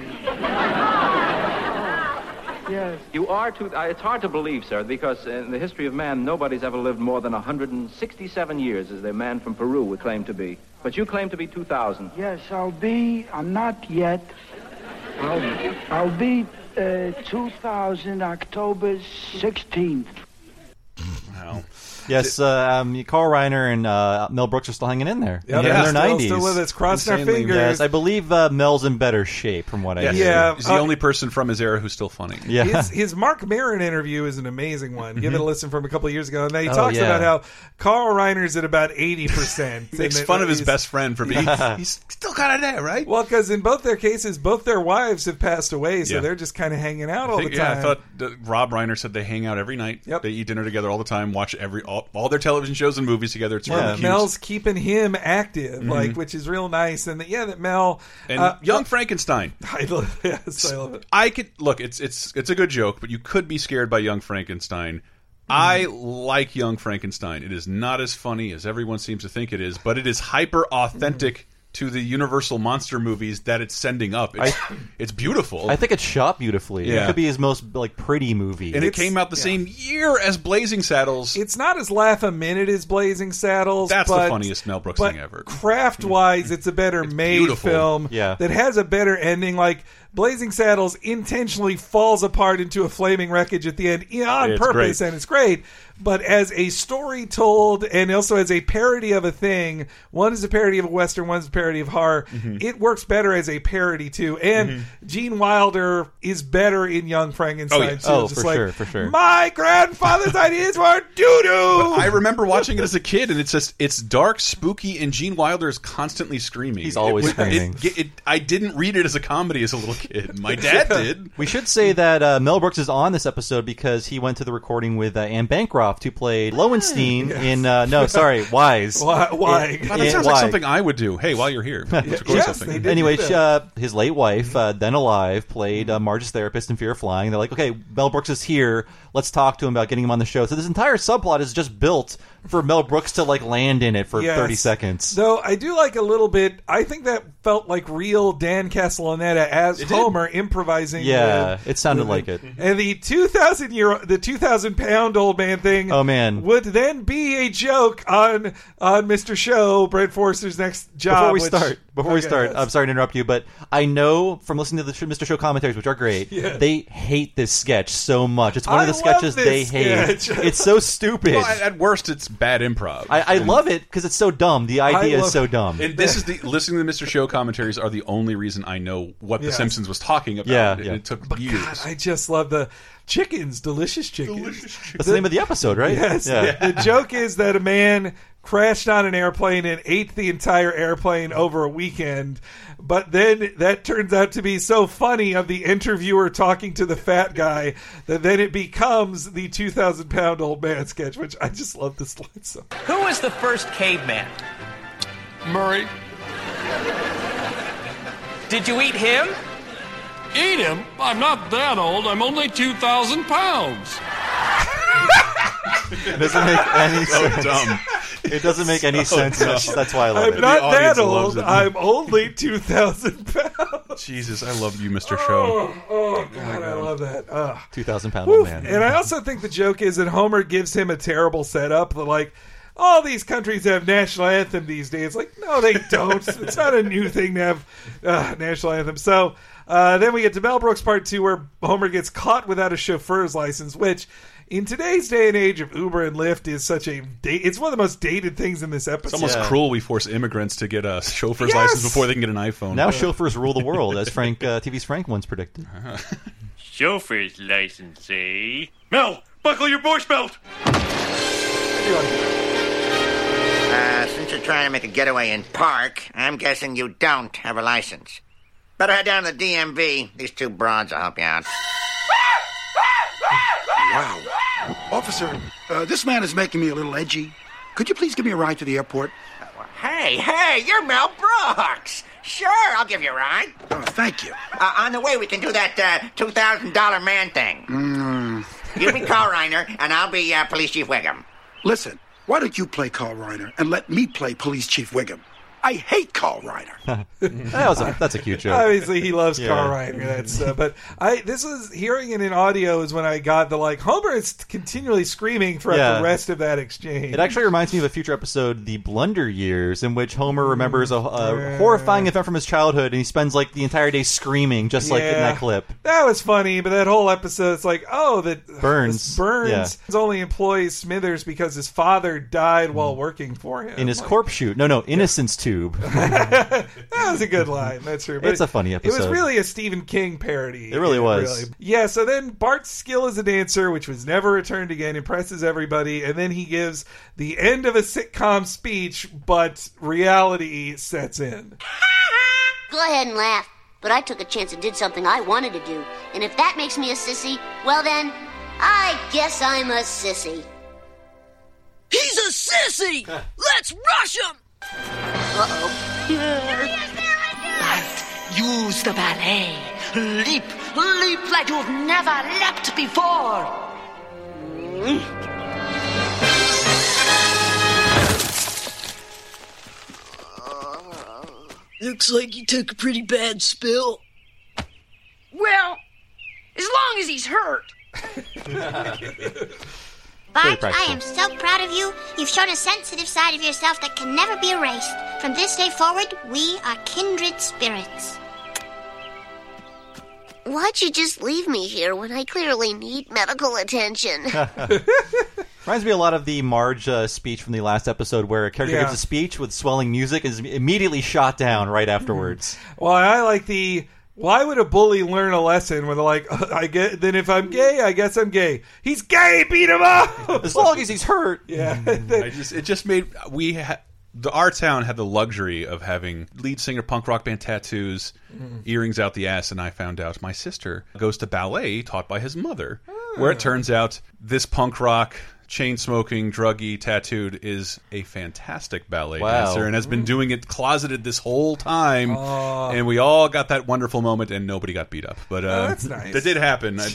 Speaker 7: Yes. You are two. I- It's hard to believe, sir, because in the history of man, nobody's ever lived more than 167 years, as the man from Peru would claim to be. But you claim to be 2,000.
Speaker 8: Yes, I'll be. I'm not yet. I'll, I'll be uh, 2000 October 16th.
Speaker 1: yes, uh, um, Carl Reiner and uh, Mel Brooks are still hanging in there.
Speaker 4: Yeah,
Speaker 1: in
Speaker 4: they're
Speaker 1: their
Speaker 4: still-
Speaker 1: nineties.
Speaker 4: still with us, crossing our Insanely. fingers.
Speaker 1: Yes, I believe uh, Mel's in better shape from what I
Speaker 3: Yes.
Speaker 1: hear.
Speaker 4: Yeah,
Speaker 3: He's the
Speaker 4: uh,
Speaker 3: only person from his era who's still
Speaker 4: [LAUGHS]
Speaker 3: funny.
Speaker 1: Yeah.
Speaker 4: His, his Mark Marin interview is an amazing one. Give it a
Speaker 3: Mhm.
Speaker 4: listen from a couple of years ago. And he
Speaker 3: Oh,
Speaker 4: talks
Speaker 3: yeah.
Speaker 4: about how Carl Reiner's at about 80%.
Speaker 3: He [LAUGHS] makes
Speaker 4: and
Speaker 3: fun
Speaker 4: that
Speaker 3: of his
Speaker 4: he's-
Speaker 3: best friend for being. [LAUGHS]
Speaker 4: Yeah.
Speaker 3: he's still kind of there, right?
Speaker 4: Well, because in both their cases, both their wives have passed away, so
Speaker 3: Yeah.
Speaker 4: they're just kind of hanging out all
Speaker 3: I think-
Speaker 4: the time.
Speaker 3: Yeah, I thought uh, Rob Reiner said they hang out every night. They eat dinner together all the time, watch every all, all their television shows and movies together. It's really
Speaker 4: Well,
Speaker 3: cute.
Speaker 4: Mel's keeping him active,
Speaker 3: Mhm.
Speaker 4: like which is real nice, and that, yeah, that Mel
Speaker 3: and
Speaker 4: uh,
Speaker 3: Young Frankenstein.
Speaker 4: I
Speaker 1: [LAUGHS]
Speaker 4: love, yes, I love it.
Speaker 3: I could look. It's it's it's a good joke, but you could be scared by Young Frankenstein. I
Speaker 1: Mm-hmm.
Speaker 3: like Young Frankenstein. It is not as funny as everyone seems to think it is, but it is hyper authentic
Speaker 1: Mm-hmm.
Speaker 3: to the Universal monster movies that it's sending up. It's, it's beautiful.
Speaker 1: I think it's shot beautifully. It
Speaker 3: Yeah.
Speaker 1: could be his most like pretty movie.
Speaker 3: and it came out the same year as Blazing Saddles.
Speaker 4: It's not as laugh a minute as Blazing Saddles.
Speaker 3: That's
Speaker 4: but,
Speaker 3: the funniest Mel Brooks
Speaker 4: but
Speaker 3: thing ever.
Speaker 4: Craft wise, it's a better made
Speaker 3: beautiful.
Speaker 4: film
Speaker 3: Yeah.
Speaker 4: that has a better ending. Like Blazing Saddles intentionally falls apart into a flaming wreckage at the end yeah, on
Speaker 3: It's
Speaker 4: purpose,
Speaker 3: great.
Speaker 4: and it's great. But as a story told, and also as a parody of a thing, one is a parody of a western, one's a parody of horror.
Speaker 3: Mhm.
Speaker 4: It works better as a parody too. And
Speaker 3: Mhm.
Speaker 4: Gene Wilder is better in Young Frankenstein.
Speaker 3: Oh, yeah.
Speaker 4: too.
Speaker 3: Oh,
Speaker 4: Just
Speaker 3: for
Speaker 4: like,
Speaker 3: sure, for sure.
Speaker 4: My
Speaker 3: [LAUGHS]
Speaker 4: grandfather's ideas were doo doo.
Speaker 3: I remember watching it as a kid, and it's just it's dark, spooky, and Gene Wilder is constantly screaming. He's
Speaker 1: always
Speaker 3: it,
Speaker 1: screaming.
Speaker 3: It, it- I didn't read it as a comedy as a little kid. My
Speaker 1: [LAUGHS]
Speaker 3: dad did.
Speaker 1: We should say that uh, Mel Brooks is on this episode because he went to the recording with uh, Anne Bancroft, who played Lowenstein in uh, no, sorry,
Speaker 3: [LAUGHS]
Speaker 1: Wise.
Speaker 3: Why- why?
Speaker 1: In-
Speaker 3: Wow, that
Speaker 1: in-
Speaker 3: sounds like
Speaker 1: Why.
Speaker 3: something I would do. Hey, while you're
Speaker 1: [LAUGHS]
Speaker 3: here, let's record something.
Speaker 1: anyway, she, uh, his late wife, uh, then alive, played uh, Marge's therapist in Fear of Flying. They're like, okay, Mel Brooks is here. Let's talk to him about getting him on the show. So this entire subplot is just built for Mel Brooks to like land in it for
Speaker 4: Yes.
Speaker 1: thirty seconds.
Speaker 4: Though I do like a little bit. I think that felt like real Dan Castellaneta as Homer improvising.
Speaker 1: Yeah,
Speaker 4: with-
Speaker 1: it sounded
Speaker 4: with
Speaker 1: like
Speaker 4: him.
Speaker 1: it.
Speaker 4: And the two thousand year, the two thousand pound old man thing.
Speaker 1: Oh, man.
Speaker 4: would then be a joke on on Mr. Show, Brent Forrester's next job.
Speaker 1: Before we
Speaker 4: which-
Speaker 1: start, before we
Speaker 4: Okay,
Speaker 1: start,
Speaker 4: yes.
Speaker 1: I'm sorry to interrupt you, but I know from listening to the sh- Mr. Show commentaries, which are great,
Speaker 4: Yeah.
Speaker 1: they hate this sketch so much. It's one
Speaker 3: I
Speaker 1: of the sketches
Speaker 3: love
Speaker 1: they
Speaker 3: this
Speaker 1: hate.
Speaker 3: sketch.
Speaker 1: [LAUGHS] It's so stupid.
Speaker 3: Well, at- at worst, it's bad improv.
Speaker 1: I, I
Speaker 3: And-
Speaker 1: love it because it's so dumb. The idea is so dumb.
Speaker 3: And [LAUGHS] this is the listening to the Mr. Show commentaries are the only reason I know what The
Speaker 4: Yes.
Speaker 3: Simpsons was talking about.
Speaker 1: Yeah,
Speaker 3: and
Speaker 1: yeah.
Speaker 3: it took years.
Speaker 4: I just love the chickens, delicious chickens.
Speaker 1: That's the name of the episode, right?
Speaker 4: Yes.
Speaker 1: Yeah.
Speaker 4: The joke is that a man crashed on an airplane and ate the entire airplane over a weekend, but then that turns out to be so funny of the interviewer talking to the fat guy that then it becomes the two thousand pound old man sketch, which I just love this line so. much.
Speaker 10: Who was the first caveman? Murray. Did you eat him?
Speaker 9: Eat him? I'm not that old. I'm only 2,000 pounds.
Speaker 1: It
Speaker 3: [LAUGHS]
Speaker 1: doesn't make any
Speaker 3: So
Speaker 1: sense.
Speaker 3: dumb.
Speaker 1: It doesn't make any
Speaker 3: [LAUGHS] So
Speaker 1: sense.
Speaker 3: dumb.
Speaker 1: That's, that's why I love
Speaker 3: I'm
Speaker 1: it.
Speaker 3: not The audience that old. loves it.
Speaker 4: I'm only two thousand pounds.
Speaker 3: Jesus, I love you, Mr. Show.
Speaker 4: Oh, oh god, I love that. Ugh.
Speaker 1: [LAUGHS] Two thousand pound
Speaker 4: Woof.
Speaker 1: old man.
Speaker 4: And I also think the joke is that Homer gives him a terrible setup. that, Like, all these countries have national anthem these days. Like, no, they don't. it's not a new thing to have uh, national anthem. So Uh, then we get to Mel Brooks Part 2, where Homer gets caught without a chauffeur's license, which in today's day and age of Uber and Lyft is such a. Da- it's one of the most dated things in this episode.
Speaker 3: It's almost cruel we force immigrants to get a chauffeur's
Speaker 4: Yes!
Speaker 3: license before they can get an iPhone.
Speaker 1: Now chauffeurs rule the world, as Frank uh, TV's Frank once predicted.
Speaker 5: Chauffeur's license, eh? Mel, buckle your Bosch belt.
Speaker 11: Uh, since you're trying to make a getaway in park, I'm guessing you don't have a license. Better head down to the DMV. These two broads will help you out.
Speaker 24: Wow. Officer, uh, this man is making me a little edgy. Could you please give me a ride to the airport?
Speaker 11: Hey, hey, you're Mel Brooks. Sure, I'll give you a ride.
Speaker 24: Oh, thank you.
Speaker 11: Uh, on the way, we can do that uh, $2,000 man thing.
Speaker 24: Mm.
Speaker 11: You be Carl Reiner, and I'll be uh, Police Chief Wiggum.
Speaker 24: Listen, why don't you play Carl Reiner and let me play Police Chief Wiggum? I hate Carl Reiner.
Speaker 1: That was a, that's a cute joke.
Speaker 4: Obviously, he loves
Speaker 1: Yeah.
Speaker 4: Carl Reiner. That's uh, but I this is hearing it in audio is when I got the like Homer is continually screaming throughout
Speaker 1: Yeah.
Speaker 4: the rest of that exchange.
Speaker 1: It actually reminds me of a future episode, The Blunder Years, in which Homer remembers a, a horrifying event from his childhood and he spends like the entire day screaming, just like in
Speaker 4: Yeah.
Speaker 1: that clip.
Speaker 4: That was funny, but that whole episode, it's like, oh, that this
Speaker 1: Burns.
Speaker 4: Burns only employs Smithers because his father died while working for him.
Speaker 1: In his corpse shoot. No, no, Innocence Tube.
Speaker 4: That was a good line. That's true.
Speaker 1: It's a funny
Speaker 4: It was
Speaker 1: episode.
Speaker 4: really a Stephen King parody.
Speaker 1: It really
Speaker 4: Yeah,
Speaker 1: was.
Speaker 4: Yeah. So then Bart's skill as a dancer, which was never returned again, impresses everybody, and then he gives the end of a sitcom speech, but reality sets in.
Speaker 12: Go ahead and laugh, but I took a chance and did something I wanted to do. And if that makes me a sissy, well then, I guess I'm a sissy.
Speaker 23: He's a sissy! Let's rush him! Use the ballet. Leap, leap like you've never leapt before. Looks like you took a pretty bad spill.
Speaker 13: Well, as long as he's hurt.
Speaker 1: Very
Speaker 12: Bart, I
Speaker 1: practical.
Speaker 12: am [LAUGHS] so proud of you. You've shown a sensitive side of yourself that can never be erased. From this day forward, we are kindred spirits. Why'd you just leave me here when I clearly need medical attention? [LAUGHS]
Speaker 1: Reminds me a lot of the Marge uh, speech from the last episode where a character
Speaker 4: Yeah.
Speaker 1: gives a speech with swelling music and is immediately shot down right afterwards.
Speaker 4: Well, I like the. Why would a bully learn a lesson when they're like, [LAUGHS] I get then if I'm gay, I guess I'm gay. He's gay. Beat him up.
Speaker 1: [LAUGHS] As long as he's hurt.
Speaker 4: [LAUGHS] Yeah.
Speaker 3: I just, it just made we ha the our town had the luxury of having lead singer punk rock band tattoos,
Speaker 14: Mm.
Speaker 3: earrings out the ass, and I found out my sister goes to ballet taught by his mother,
Speaker 4: Ah.
Speaker 3: where it turns out this punk rock. Chain smoking, druggy, tattooed is a fantastic ballet
Speaker 1: Wow.
Speaker 3: dancer and has been
Speaker 4: Mm.
Speaker 3: doing it closeted this whole time.
Speaker 4: Ah.
Speaker 3: And we all got that wonderful moment, and nobody got beat up. But uh,
Speaker 4: Oh, that's nice.
Speaker 3: That did
Speaker 4: [LAUGHS]
Speaker 3: happen. I,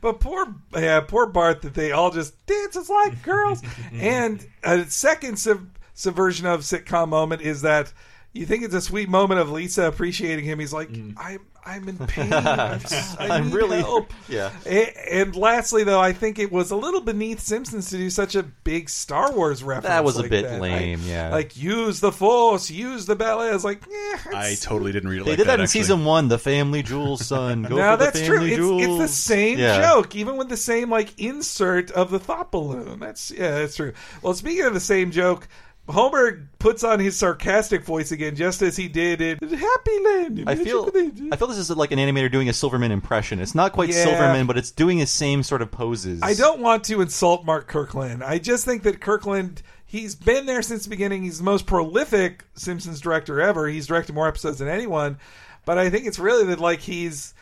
Speaker 4: But poor, yeah, poor Bart that they all just dances like
Speaker 1: [LAUGHS]
Speaker 4: girls.
Speaker 1: Mm-hmm.
Speaker 4: and a second sub- subversion of sitcom moment is that you think it's a sweet moment of Lisa appreciating him. He's like, I'm, I'm
Speaker 1: [LAUGHS]
Speaker 4: in pain. I'm, s- I
Speaker 1: Mm. I'm
Speaker 4: need
Speaker 1: really-
Speaker 4: help.
Speaker 1: yeah.
Speaker 4: A- And lastly, though, I think it was a little beneath Simpsons to do such a big Star Wars reference.
Speaker 1: That was a
Speaker 4: like
Speaker 1: bit
Speaker 4: that.
Speaker 1: lame,
Speaker 4: I-
Speaker 1: yeah.
Speaker 4: Like use the force, use the ballet. I was like, eh,
Speaker 3: I
Speaker 4: it's-
Speaker 3: totally didn't read it
Speaker 1: They
Speaker 3: like
Speaker 1: did that, in
Speaker 3: actually.
Speaker 1: season one, the family jewels,
Speaker 4: [LAUGHS]
Speaker 1: son. Go
Speaker 4: now
Speaker 1: for the
Speaker 4: that's true.
Speaker 1: family
Speaker 4: It's, it's
Speaker 1: jewels.
Speaker 4: the same
Speaker 1: Yeah.
Speaker 4: joke, even with the same like insert of the thought balloon. That's yeah, that's true. Well, speaking of the same joke, Homer puts on his sarcastic voice again, just as he did in Happy Land.
Speaker 1: I feel I feel this is like an animator doing a Silverman impression. It's not quite
Speaker 4: Yeah.
Speaker 1: Silverman, but it's doing the same sort of poses.
Speaker 4: I don't want to insult Mark Kirkland. I just think that Kirkland, he's been there since the beginning. He's the most prolific Simpsons director ever. He's directed more episodes than anyone. But I think it's really that like he's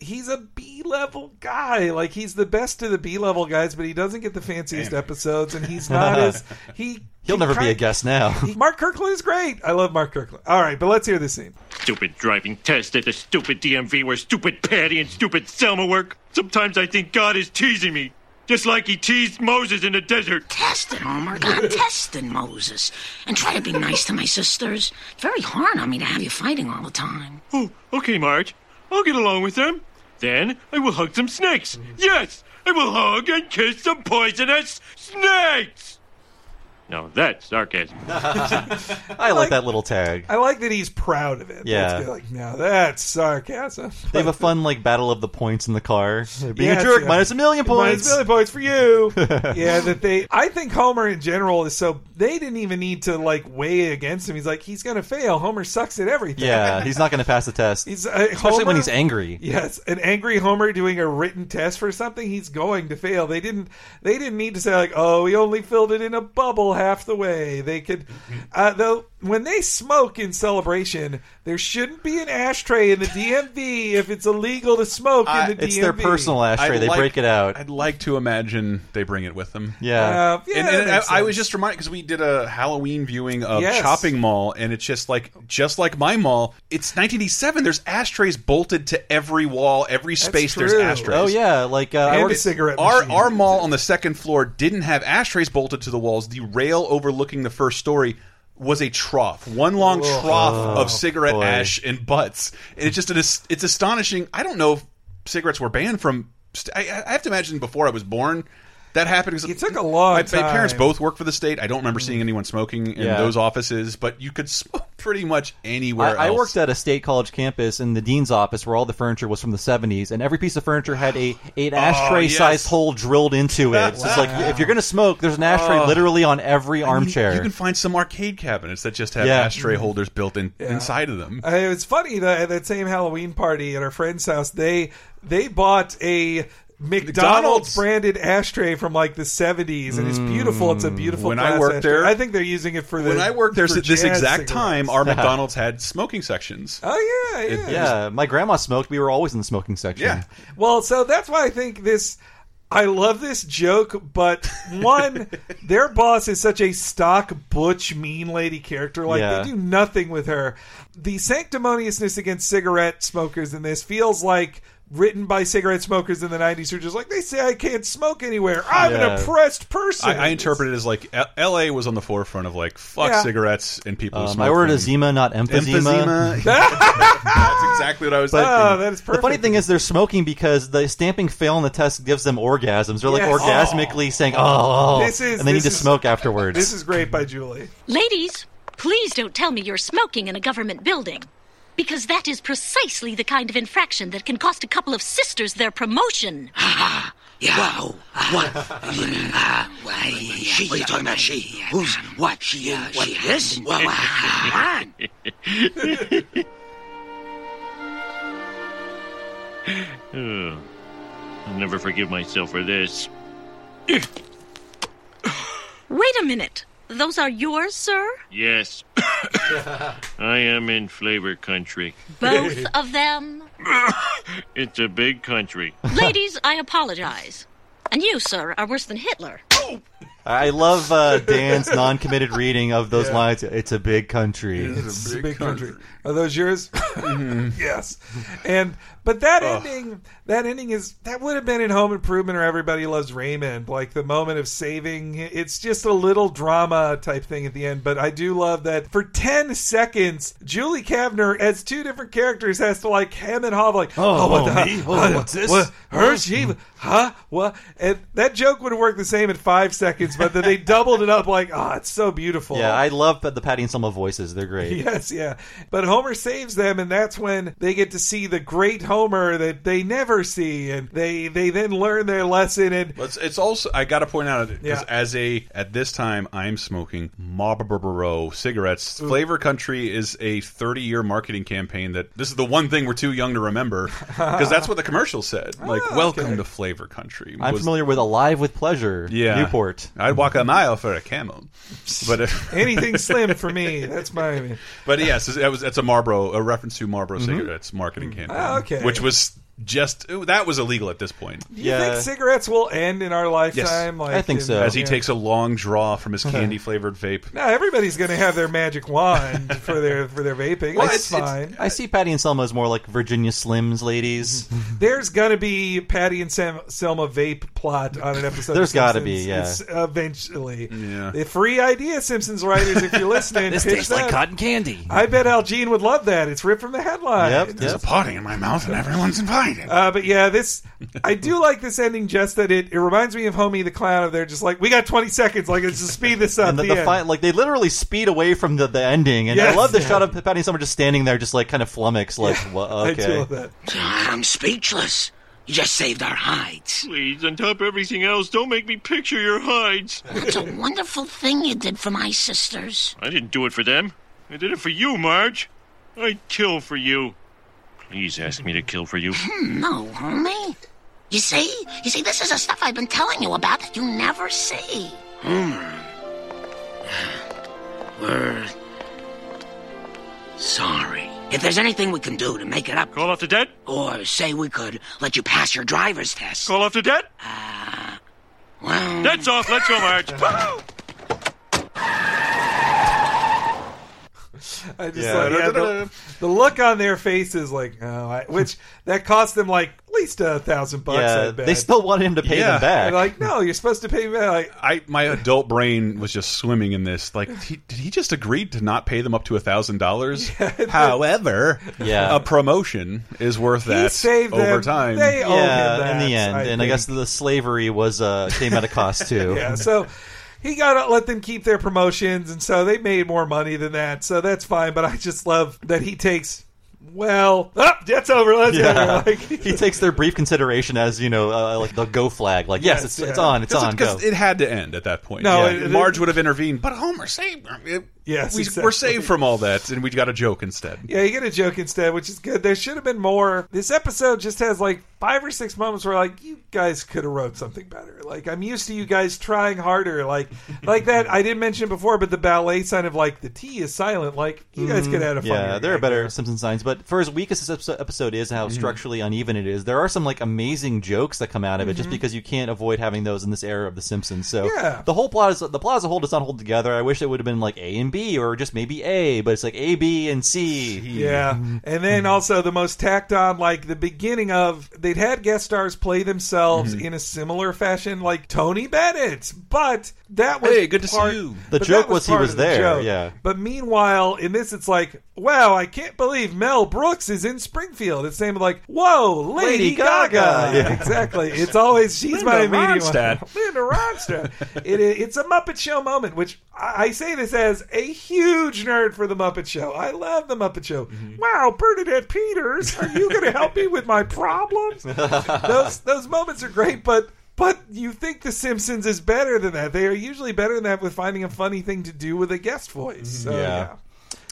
Speaker 4: he's a B level guy. Like he's the best of the B level guys, but he doesn't get the fanciest episodes, and he's not
Speaker 1: [LAUGHS]
Speaker 4: as he.
Speaker 1: He'll never be a guest now. [LAUGHS]
Speaker 4: Mark Kirkland is great. I love Mark Kirkland. All right, but let's hear this scene.
Speaker 5: Stupid driving test at the stupid DMV where stupid Patty and stupid Selma work. Sometimes I think God is teasing me, just like he teased Moses in the desert.
Speaker 6: Test it, Homer.
Speaker 11: I'm testing Moses and try to be nice to my sisters. It's very hard on me to have you fighting all the time.
Speaker 5: Oh, okay, Marge. I'll get along with them. Then I will hug some snakes.
Speaker 9: [LAUGHS]
Speaker 5: Yes, I will hug and kiss some poisonous snakes. Now that's sarcasm.
Speaker 1: I like that little tag.
Speaker 4: I like that he's proud of it.
Speaker 1: Yeah.
Speaker 4: That's good. Like, now that's sarcasm.
Speaker 1: They have a fun like battle of the points in the car. Being
Speaker 4: Yeah,
Speaker 1: a jerk
Speaker 4: yeah. [LAUGHS]
Speaker 1: minus a million
Speaker 4: Minus
Speaker 1: points.
Speaker 4: a million points for
Speaker 1: [LAUGHS]
Speaker 4: you. yeah, that they. I think Homer in general is so they didn't even need to like weigh against him. He's like he's gonna fail. Homer sucks at everything.
Speaker 1: yeah,
Speaker 4: [LAUGHS]
Speaker 1: he's not going to pass the test.
Speaker 4: He's, uh,
Speaker 1: Especially
Speaker 4: Homer-
Speaker 1: when he's angry.
Speaker 4: Yes, an angry Homer doing a written test for something, he's going to fail. They didn't. They didn't need to say like, "Oh, he only filled it in a bubble half the way." They could,
Speaker 1: Mm-hmm.
Speaker 4: uh, though. When they smoke in celebration, there shouldn't be an ashtray in the DMV if it's illegal to smoke
Speaker 3: I-
Speaker 4: in the DMV.
Speaker 3: I'd like-
Speaker 1: out.
Speaker 3: I'd like to imagine they bring it with them.
Speaker 1: Yeah.
Speaker 4: Uh, yeah,
Speaker 3: and,
Speaker 4: that
Speaker 3: and I,
Speaker 4: makes
Speaker 3: I
Speaker 4: sense.
Speaker 3: was just reminded because we did a Halloween viewing of
Speaker 4: Yes.
Speaker 3: Chopping Mall, and it's just like just like my mall. It's 1987. There's ashtrays bolted to every wall, every space. There's
Speaker 1: true.
Speaker 3: ashtrays.
Speaker 1: Oh, yeah, like, uh, I And worked- a cigarette
Speaker 3: Our
Speaker 1: machine.
Speaker 3: our mall on the second floor didn't have ashtrays bolted to the walls. The rail overlooking the first story. Was a trough, one long
Speaker 1: Oh,
Speaker 3: trough
Speaker 1: oh,
Speaker 3: of cigarette
Speaker 1: boy.
Speaker 3: ash and butts. And it's just an, as- it's astonishing. I don't know if cigarettes were banned from. St I, I have to imagine before I was born, that happened. It
Speaker 4: took a long
Speaker 3: my, My parents
Speaker 4: time.
Speaker 3: both work for the state. I don't remember seeing anyone smoking in
Speaker 1: Yeah.
Speaker 3: those offices, but you could [LAUGHS] smoke pretty much anywhere.
Speaker 1: I, I
Speaker 3: else.
Speaker 1: worked at a state college campus in the dean's office where all the furniture was from the 70s, and every piece of furniture had a
Speaker 3: [SIGHS]
Speaker 1: an
Speaker 3: Oh,
Speaker 1: ashtray sized hole drilled
Speaker 3: [LAUGHS]
Speaker 1: into it. So it's like if you're going to smoke, there's an ashtray
Speaker 3: Oh.
Speaker 1: literally on every
Speaker 3: I mean,
Speaker 1: armchair.
Speaker 3: You can find some arcade cabinets that just have
Speaker 1: Yeah.
Speaker 3: ashtray holders built in inside of them.
Speaker 4: Uh, it's funny that at that same Halloween party at our friend's house, they they bought a McDonald's, branded ashtray from like the seventies, and it's beautiful. It's a beautiful.
Speaker 3: When I
Speaker 4: glass
Speaker 3: worked
Speaker 4: ashtray.
Speaker 3: there-
Speaker 4: I think they're using it for the.
Speaker 3: when I worked there
Speaker 4: for
Speaker 3: at this
Speaker 4: jazz
Speaker 3: exact
Speaker 4: cigarettes.
Speaker 3: time,
Speaker 1: [LAUGHS]
Speaker 3: our McDonald's had smoking sections.
Speaker 4: Oh yeah, yeah.
Speaker 1: It- yeah, my grandma smoked. We were always in the smoking section.
Speaker 3: Yeah.
Speaker 4: Well, so that's why I think this. I love this joke,
Speaker 1: [LAUGHS]
Speaker 4: but one, their boss is such a stock butch mean lady character. Like
Speaker 1: Yeah.
Speaker 4: they do nothing with her. The sanctimoniousness against cigarette smokers in this feels like written by cigarette smokers in the '90s who are just like they say I can't smoke anywhere. I'm
Speaker 3: Yeah.
Speaker 4: an oppressed person.
Speaker 3: I, I interpret it as like L- L.A. was on the forefront of like fuck
Speaker 4: Yeah.
Speaker 3: cigarettes and people. who
Speaker 1: Um,
Speaker 3: smoke
Speaker 1: I ordered
Speaker 3: them.
Speaker 1: azima, not
Speaker 3: [LAUGHS]
Speaker 1: emphysema.
Speaker 3: Emphysema. That's exactly what I was thinking.
Speaker 4: Oh,
Speaker 1: The funny thing is, they're smoking because the stamping fail on the test gives them orgasms. They're like
Speaker 4: Yes.
Speaker 1: orgasmically saying, "Oh,"
Speaker 4: This is-
Speaker 1: and they need
Speaker 4: this
Speaker 1: to
Speaker 4: is-
Speaker 1: smoke afterwards.
Speaker 4: This is great by Julie.
Speaker 14: Ladies, please don't tell me you're smoking in a government building. Because that is precisely the kind of infraction that can cost a couple of sisters their promotion.
Speaker 11: Ah,
Speaker 2: Yeah. Whoa. What? [LAUGHS] uh, why, she. What are you talking about? She. Who's what? She. Uh, what she is?
Speaker 11: [LAUGHS]
Speaker 2: Well, uh, come on. [LAUGHS]
Speaker 5: Ugh. I'll never forgive myself for this.
Speaker 14: Wait a minute. Those are yours, sir?
Speaker 5: Yes, [COUGHS] I am in flavor country.
Speaker 14: Both of them?
Speaker 5: It's a big country.
Speaker 14: Ladies, I apologize. And you, sir, are worse than Hitler.
Speaker 1: [LAUGHS] I love
Speaker 4: [LAUGHS]
Speaker 1: uh, Dan's non-committed reading of those lines. It's a big country. Mm-hmm.
Speaker 4: It's a big country. Are those
Speaker 1: [LAUGHS]
Speaker 4: yours? [LAUGHS] yes. And but that
Speaker 1: Ugh.
Speaker 4: ending, that ending is that would have been in Home Improvement or Everybody Loves Raymond, like the moment of saving. It's just a little drama type thing at the end. But I do love that for ten seconds, Julie Kavner as two different characters has to like hem and haw, like,
Speaker 1: Oh,
Speaker 4: oh, what the
Speaker 1: me?
Speaker 4: huh?
Speaker 1: Oh,
Speaker 4: Huh?
Speaker 1: what's this?
Speaker 4: What?
Speaker 1: Huh? Mm-hmm.
Speaker 4: Her? She? Huh? What? And that joke would have worked the same in five seconds, but then they doubled it up. Like, ah, it's so beautiful.
Speaker 1: Yeah, I love the Patty and Selma voices. They're great.
Speaker 4: [LAUGHS] Yes, yeah. But Homer saves them, and that's when they get to see the great Homer that they never see, and they they then learn their lesson. And
Speaker 3: But it's, it's also I got to point out because
Speaker 4: Yeah.
Speaker 3: as a at this time I'm smoking Marlboro cigarettes. Flavor Country is a 30 year marketing campaign that this is the one thing we're too young to remember because that's what the commercial
Speaker 4: [LAUGHS]
Speaker 3: said. Like
Speaker 4: Ah,
Speaker 3: welcome to Flavor Country.
Speaker 1: I'm
Speaker 3: was-
Speaker 1: familiar with Alive with Pleasure.
Speaker 3: Yeah,
Speaker 1: Newport.
Speaker 3: I'd walk a mile for a camel, but if,
Speaker 4: [LAUGHS]
Speaker 1: [LAUGHS]
Speaker 4: anything slim for me, that's my.
Speaker 3: [LAUGHS] But yes, that was that's a Marlboro a reference to Marlboro
Speaker 1: Mm-hmm.
Speaker 4: Mhm.
Speaker 3: cigarettes marketing campaign.
Speaker 4: Ah, okay.
Speaker 3: which was just ooh, that was illegal at this point.
Speaker 4: Do you think cigarettes will end in our lifetime? Like in-
Speaker 3: As he
Speaker 4: yeah.
Speaker 3: takes a long draw from
Speaker 4: [LAUGHS]
Speaker 3: his candy flavored vape.
Speaker 4: No, everybody's going to have their magic
Speaker 1: [LAUGHS]
Speaker 4: wand for their for their vaping.
Speaker 1: Well,
Speaker 4: that's
Speaker 1: it's- it's-
Speaker 4: fine.
Speaker 1: I see Patty and Selma as more like Virginia Slims
Speaker 4: [LAUGHS]
Speaker 1: ladies.
Speaker 4: There's going to be Patty and Sam, Selma vape plot on an episode.
Speaker 1: There's
Speaker 4: got
Speaker 1: gotta be, yeah.
Speaker 4: uh, eventually.
Speaker 1: Yeah.
Speaker 4: The free idea, Simpsons writers, if
Speaker 3: [LAUGHS]
Speaker 4: you're listening,
Speaker 3: This
Speaker 4: pitch
Speaker 3: tastes like
Speaker 4: that.
Speaker 3: cotton candy.
Speaker 4: I bet Al Jean would love that. It's ripped from the headline.
Speaker 3: There's a potty in my mouth and everyone's invited.
Speaker 24: find it.
Speaker 4: Uh, but yeah, this I do like this ending. Just that it, it reminds me of Homie the Clown. Of they're just like, we got twenty seconds. Like, let's just speed this up.
Speaker 1: And the,
Speaker 4: the
Speaker 1: the
Speaker 4: end.
Speaker 1: fi- like they literally speed away from the, the ending, and I
Speaker 4: Yes.
Speaker 1: love the
Speaker 4: Yeah.
Speaker 1: shot of Patty Summer just standing there, just like kind of flummoxed, like wha-
Speaker 5: I do
Speaker 1: okay.
Speaker 5: love
Speaker 4: that.
Speaker 2: God, I'm speechless. You just saved our hides.
Speaker 5: Please, on top of everything else, don't make me picture your
Speaker 6: [LAUGHS]
Speaker 5: hides.
Speaker 6: That's a wonderful thing you did for my sisters.
Speaker 5: I didn't do it for them. I did it for you, Marge. I'd kill for you. Please ask me to kill for you.
Speaker 6: Hmm, No, homie. You see? You see, this is the stuff I've been telling you about that you never see.
Speaker 2: Homer, Hmm. we're sorry. If there's anything we can do to make it up,
Speaker 5: call off the debt,
Speaker 2: or say we could let you pass your driver's test. Uh,
Speaker 5: Call off the debt.
Speaker 2: Well,
Speaker 5: That's off. Let's go, Marge.
Speaker 4: I just
Speaker 5: Yeah.
Speaker 4: like yeah, the, the look on their faces, like oh, I, which that cost them like at least a thousand bucks.
Speaker 3: Yeah,
Speaker 4: I bet.
Speaker 3: they still wanted him to pay them
Speaker 4: Yeah.
Speaker 3: back.
Speaker 4: They're like, no, you're supposed to pay me back. Like,
Speaker 3: I my adult brain was just swimming in this. Like, he, did he just agree to not pay them up to a thousand
Speaker 4: [LAUGHS]
Speaker 3: dollars? However,
Speaker 1: Yeah.
Speaker 3: a promotion is worth that
Speaker 4: saved
Speaker 3: over
Speaker 4: them.
Speaker 3: time.
Speaker 4: They owe him
Speaker 1: yeah, in
Speaker 4: that,
Speaker 1: the end,
Speaker 4: I
Speaker 1: and I
Speaker 4: think.
Speaker 1: guess the slavery was uh, came at a cost too.
Speaker 4: [LAUGHS] yeah, so he got to let them keep their promotions, and so they made more money than that, so that's fine. But I just love that he takes. Well, oh, that's over. Let's
Speaker 1: Yeah.
Speaker 4: go. Like,
Speaker 1: [LAUGHS] he takes their brief consideration as you know, uh, like the go flag. Like yes,
Speaker 3: Yes,
Speaker 1: it's
Speaker 3: yeah.
Speaker 1: it's on, it's
Speaker 3: Because-
Speaker 1: on. Go.
Speaker 3: because it had to end at that point.
Speaker 1: No,
Speaker 3: No,
Speaker 1: it- it-
Speaker 3: Marge would have intervened, but Homer saved. It,
Speaker 4: Yes,
Speaker 3: we,
Speaker 4: exactly.
Speaker 3: we're saved from all that, and we got a joke instead.
Speaker 4: Yeah, you get a joke instead, which is good. There should have been more. This episode just has like five or six moments where like you guys could have wrote something better. Like I'm used to you guys trying harder. Like like that I didn't mention before, but the ballet sign of like the T is silent. Like you guys could have had a fun.
Speaker 1: Mm-hmm. Mm, Yeah, there are better Simpson signs, but for as weak as this episode- episode is, and how
Speaker 4: Mhm.
Speaker 1: structurally uneven it is, there are some like amazing jokes that come out of it, just
Speaker 4: Mhm.
Speaker 1: because you can't avoid having those in this era of The Simpsons. So
Speaker 4: Yeah.
Speaker 1: the whole plot is the plot as a whole does not hold together. I wish it would have been like A and B, or just maybe A, but it's like A, B, and C.
Speaker 4: Yeah.
Speaker 1: Mm-hmm.
Speaker 4: And then also the most tacked on, like the beginning of, they'd had guest stars play themselves
Speaker 1: Mm-hmm.
Speaker 4: in a similar fashion, like Tony Bennett. But that was
Speaker 1: Hey, good to see
Speaker 4: part-
Speaker 1: you. The
Speaker 4: but that
Speaker 1: joke was he
Speaker 4: part
Speaker 1: was
Speaker 4: of the
Speaker 1: there,
Speaker 4: joke.
Speaker 1: yeah.
Speaker 4: But meanwhile, in this, it's like, wow, I can't believe Mel Brooks is in Springfield. It's same like, whoa, Lady,
Speaker 3: Lady
Speaker 4: Gaga.
Speaker 3: Gaga.
Speaker 4: Yeah, Exactly. It's always she's
Speaker 3: Linda
Speaker 4: my immediate
Speaker 3: Ronstadt.
Speaker 4: [LAUGHS] one. Linda
Speaker 5: [LAUGHS]
Speaker 4: Ronstadt. it, i- it's a Muppet Show moment, which I I say this as a huge nerd for the Muppet Show. I love the Muppet Show. Wow, Bernadette Peters, are you going to help me with my problems? those those moments are great, but but you think The Simpsons is better than that? They are usually better than that with finding a funny thing to do with a guest voice. So,
Speaker 1: Mm-hmm. Yeah.
Speaker 4: Mm-hmm. yeah. Mm-hmm.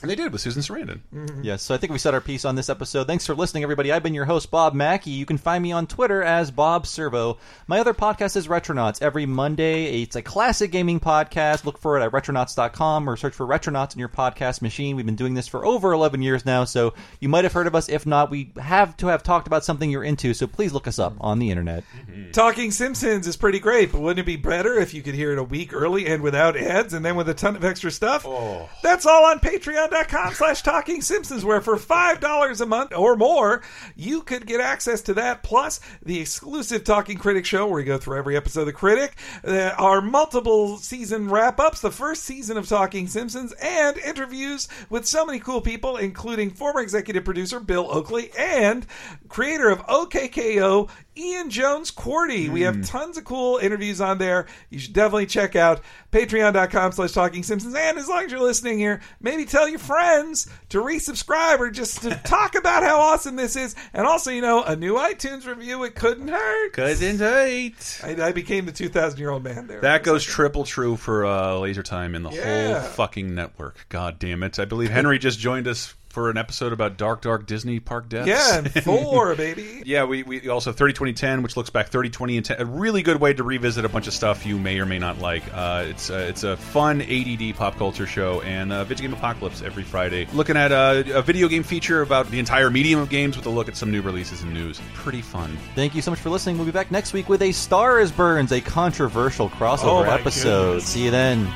Speaker 3: And they did with Susan Sarandon.
Speaker 1: Yes, so I think we set our piece on this episode. Thanks for listening, everybody. I've been your host, Bob Mackey. You can find me on Twitter as Bob Servo. My other podcast is Retronauts. Every Monday, it's a classic gaming podcast. Look for it at retronauts.com or search for Retronauts in your podcast machine. We've been doing this for over 11 years now, so you might have heard of us. If not, we have to have talked about something you're into, so please look us up on the internet.
Speaker 4: Mm-hmm. Talking Simpsons is pretty great, but wouldn't it be better if you could hear it a week early and without ads and then with a ton of extra stuff?
Speaker 5: Oh.
Speaker 4: That's all on patreon.com slash talking Simpsons, where for $5 a month or more, you could get access to that, plus the exclusive Talking Critic show where we go through every episode of The Critic. There are multiple season wrap ups, the first season of Talking Simpsons, and interviews with so many cool people, including former executive producer Bill Oakley and creator of OKKO, Ian Jones Cordy. We
Speaker 3: Hmm.
Speaker 4: have tons of cool interviews on there. You should definitely check out patreon.com slash talking simpsons. And as long as you're listening here, maybe tell your friends to resubscribe
Speaker 3: [LAUGHS]
Speaker 4: or just to talk about how awesome this is. And also, you know, a new iTunes review, it couldn't hurt.
Speaker 3: Couldn't hurt.
Speaker 4: I, I became the 2,000 year old man there.
Speaker 3: That goes triple true for uh, Laser Time and the
Speaker 4: Yeah.
Speaker 3: whole fucking network. God damn it! I believe Henry just joined us for an episode about dark, dark Disney park deaths. [LAUGHS]
Speaker 4: Yeah, and four, baby.
Speaker 3: Yeah, we, we also have 30 20 10, which looks back 30 20 and 10. A really good way to revisit a bunch of stuff you may or may not like. Uh, it's uh, it's a fun ADD pop culture show and uh, Video Game Apocalypse every Friday. Looking at uh, a video game feature about the entire medium of games with a look at some new releases and news. Pretty fun.
Speaker 1: Thank you so much for listening. We'll be back next week with A Star is Burns, a controversial crossover
Speaker 3: Oh my
Speaker 1: episode.
Speaker 3: goodness.
Speaker 1: See you then.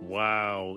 Speaker 5: Wow,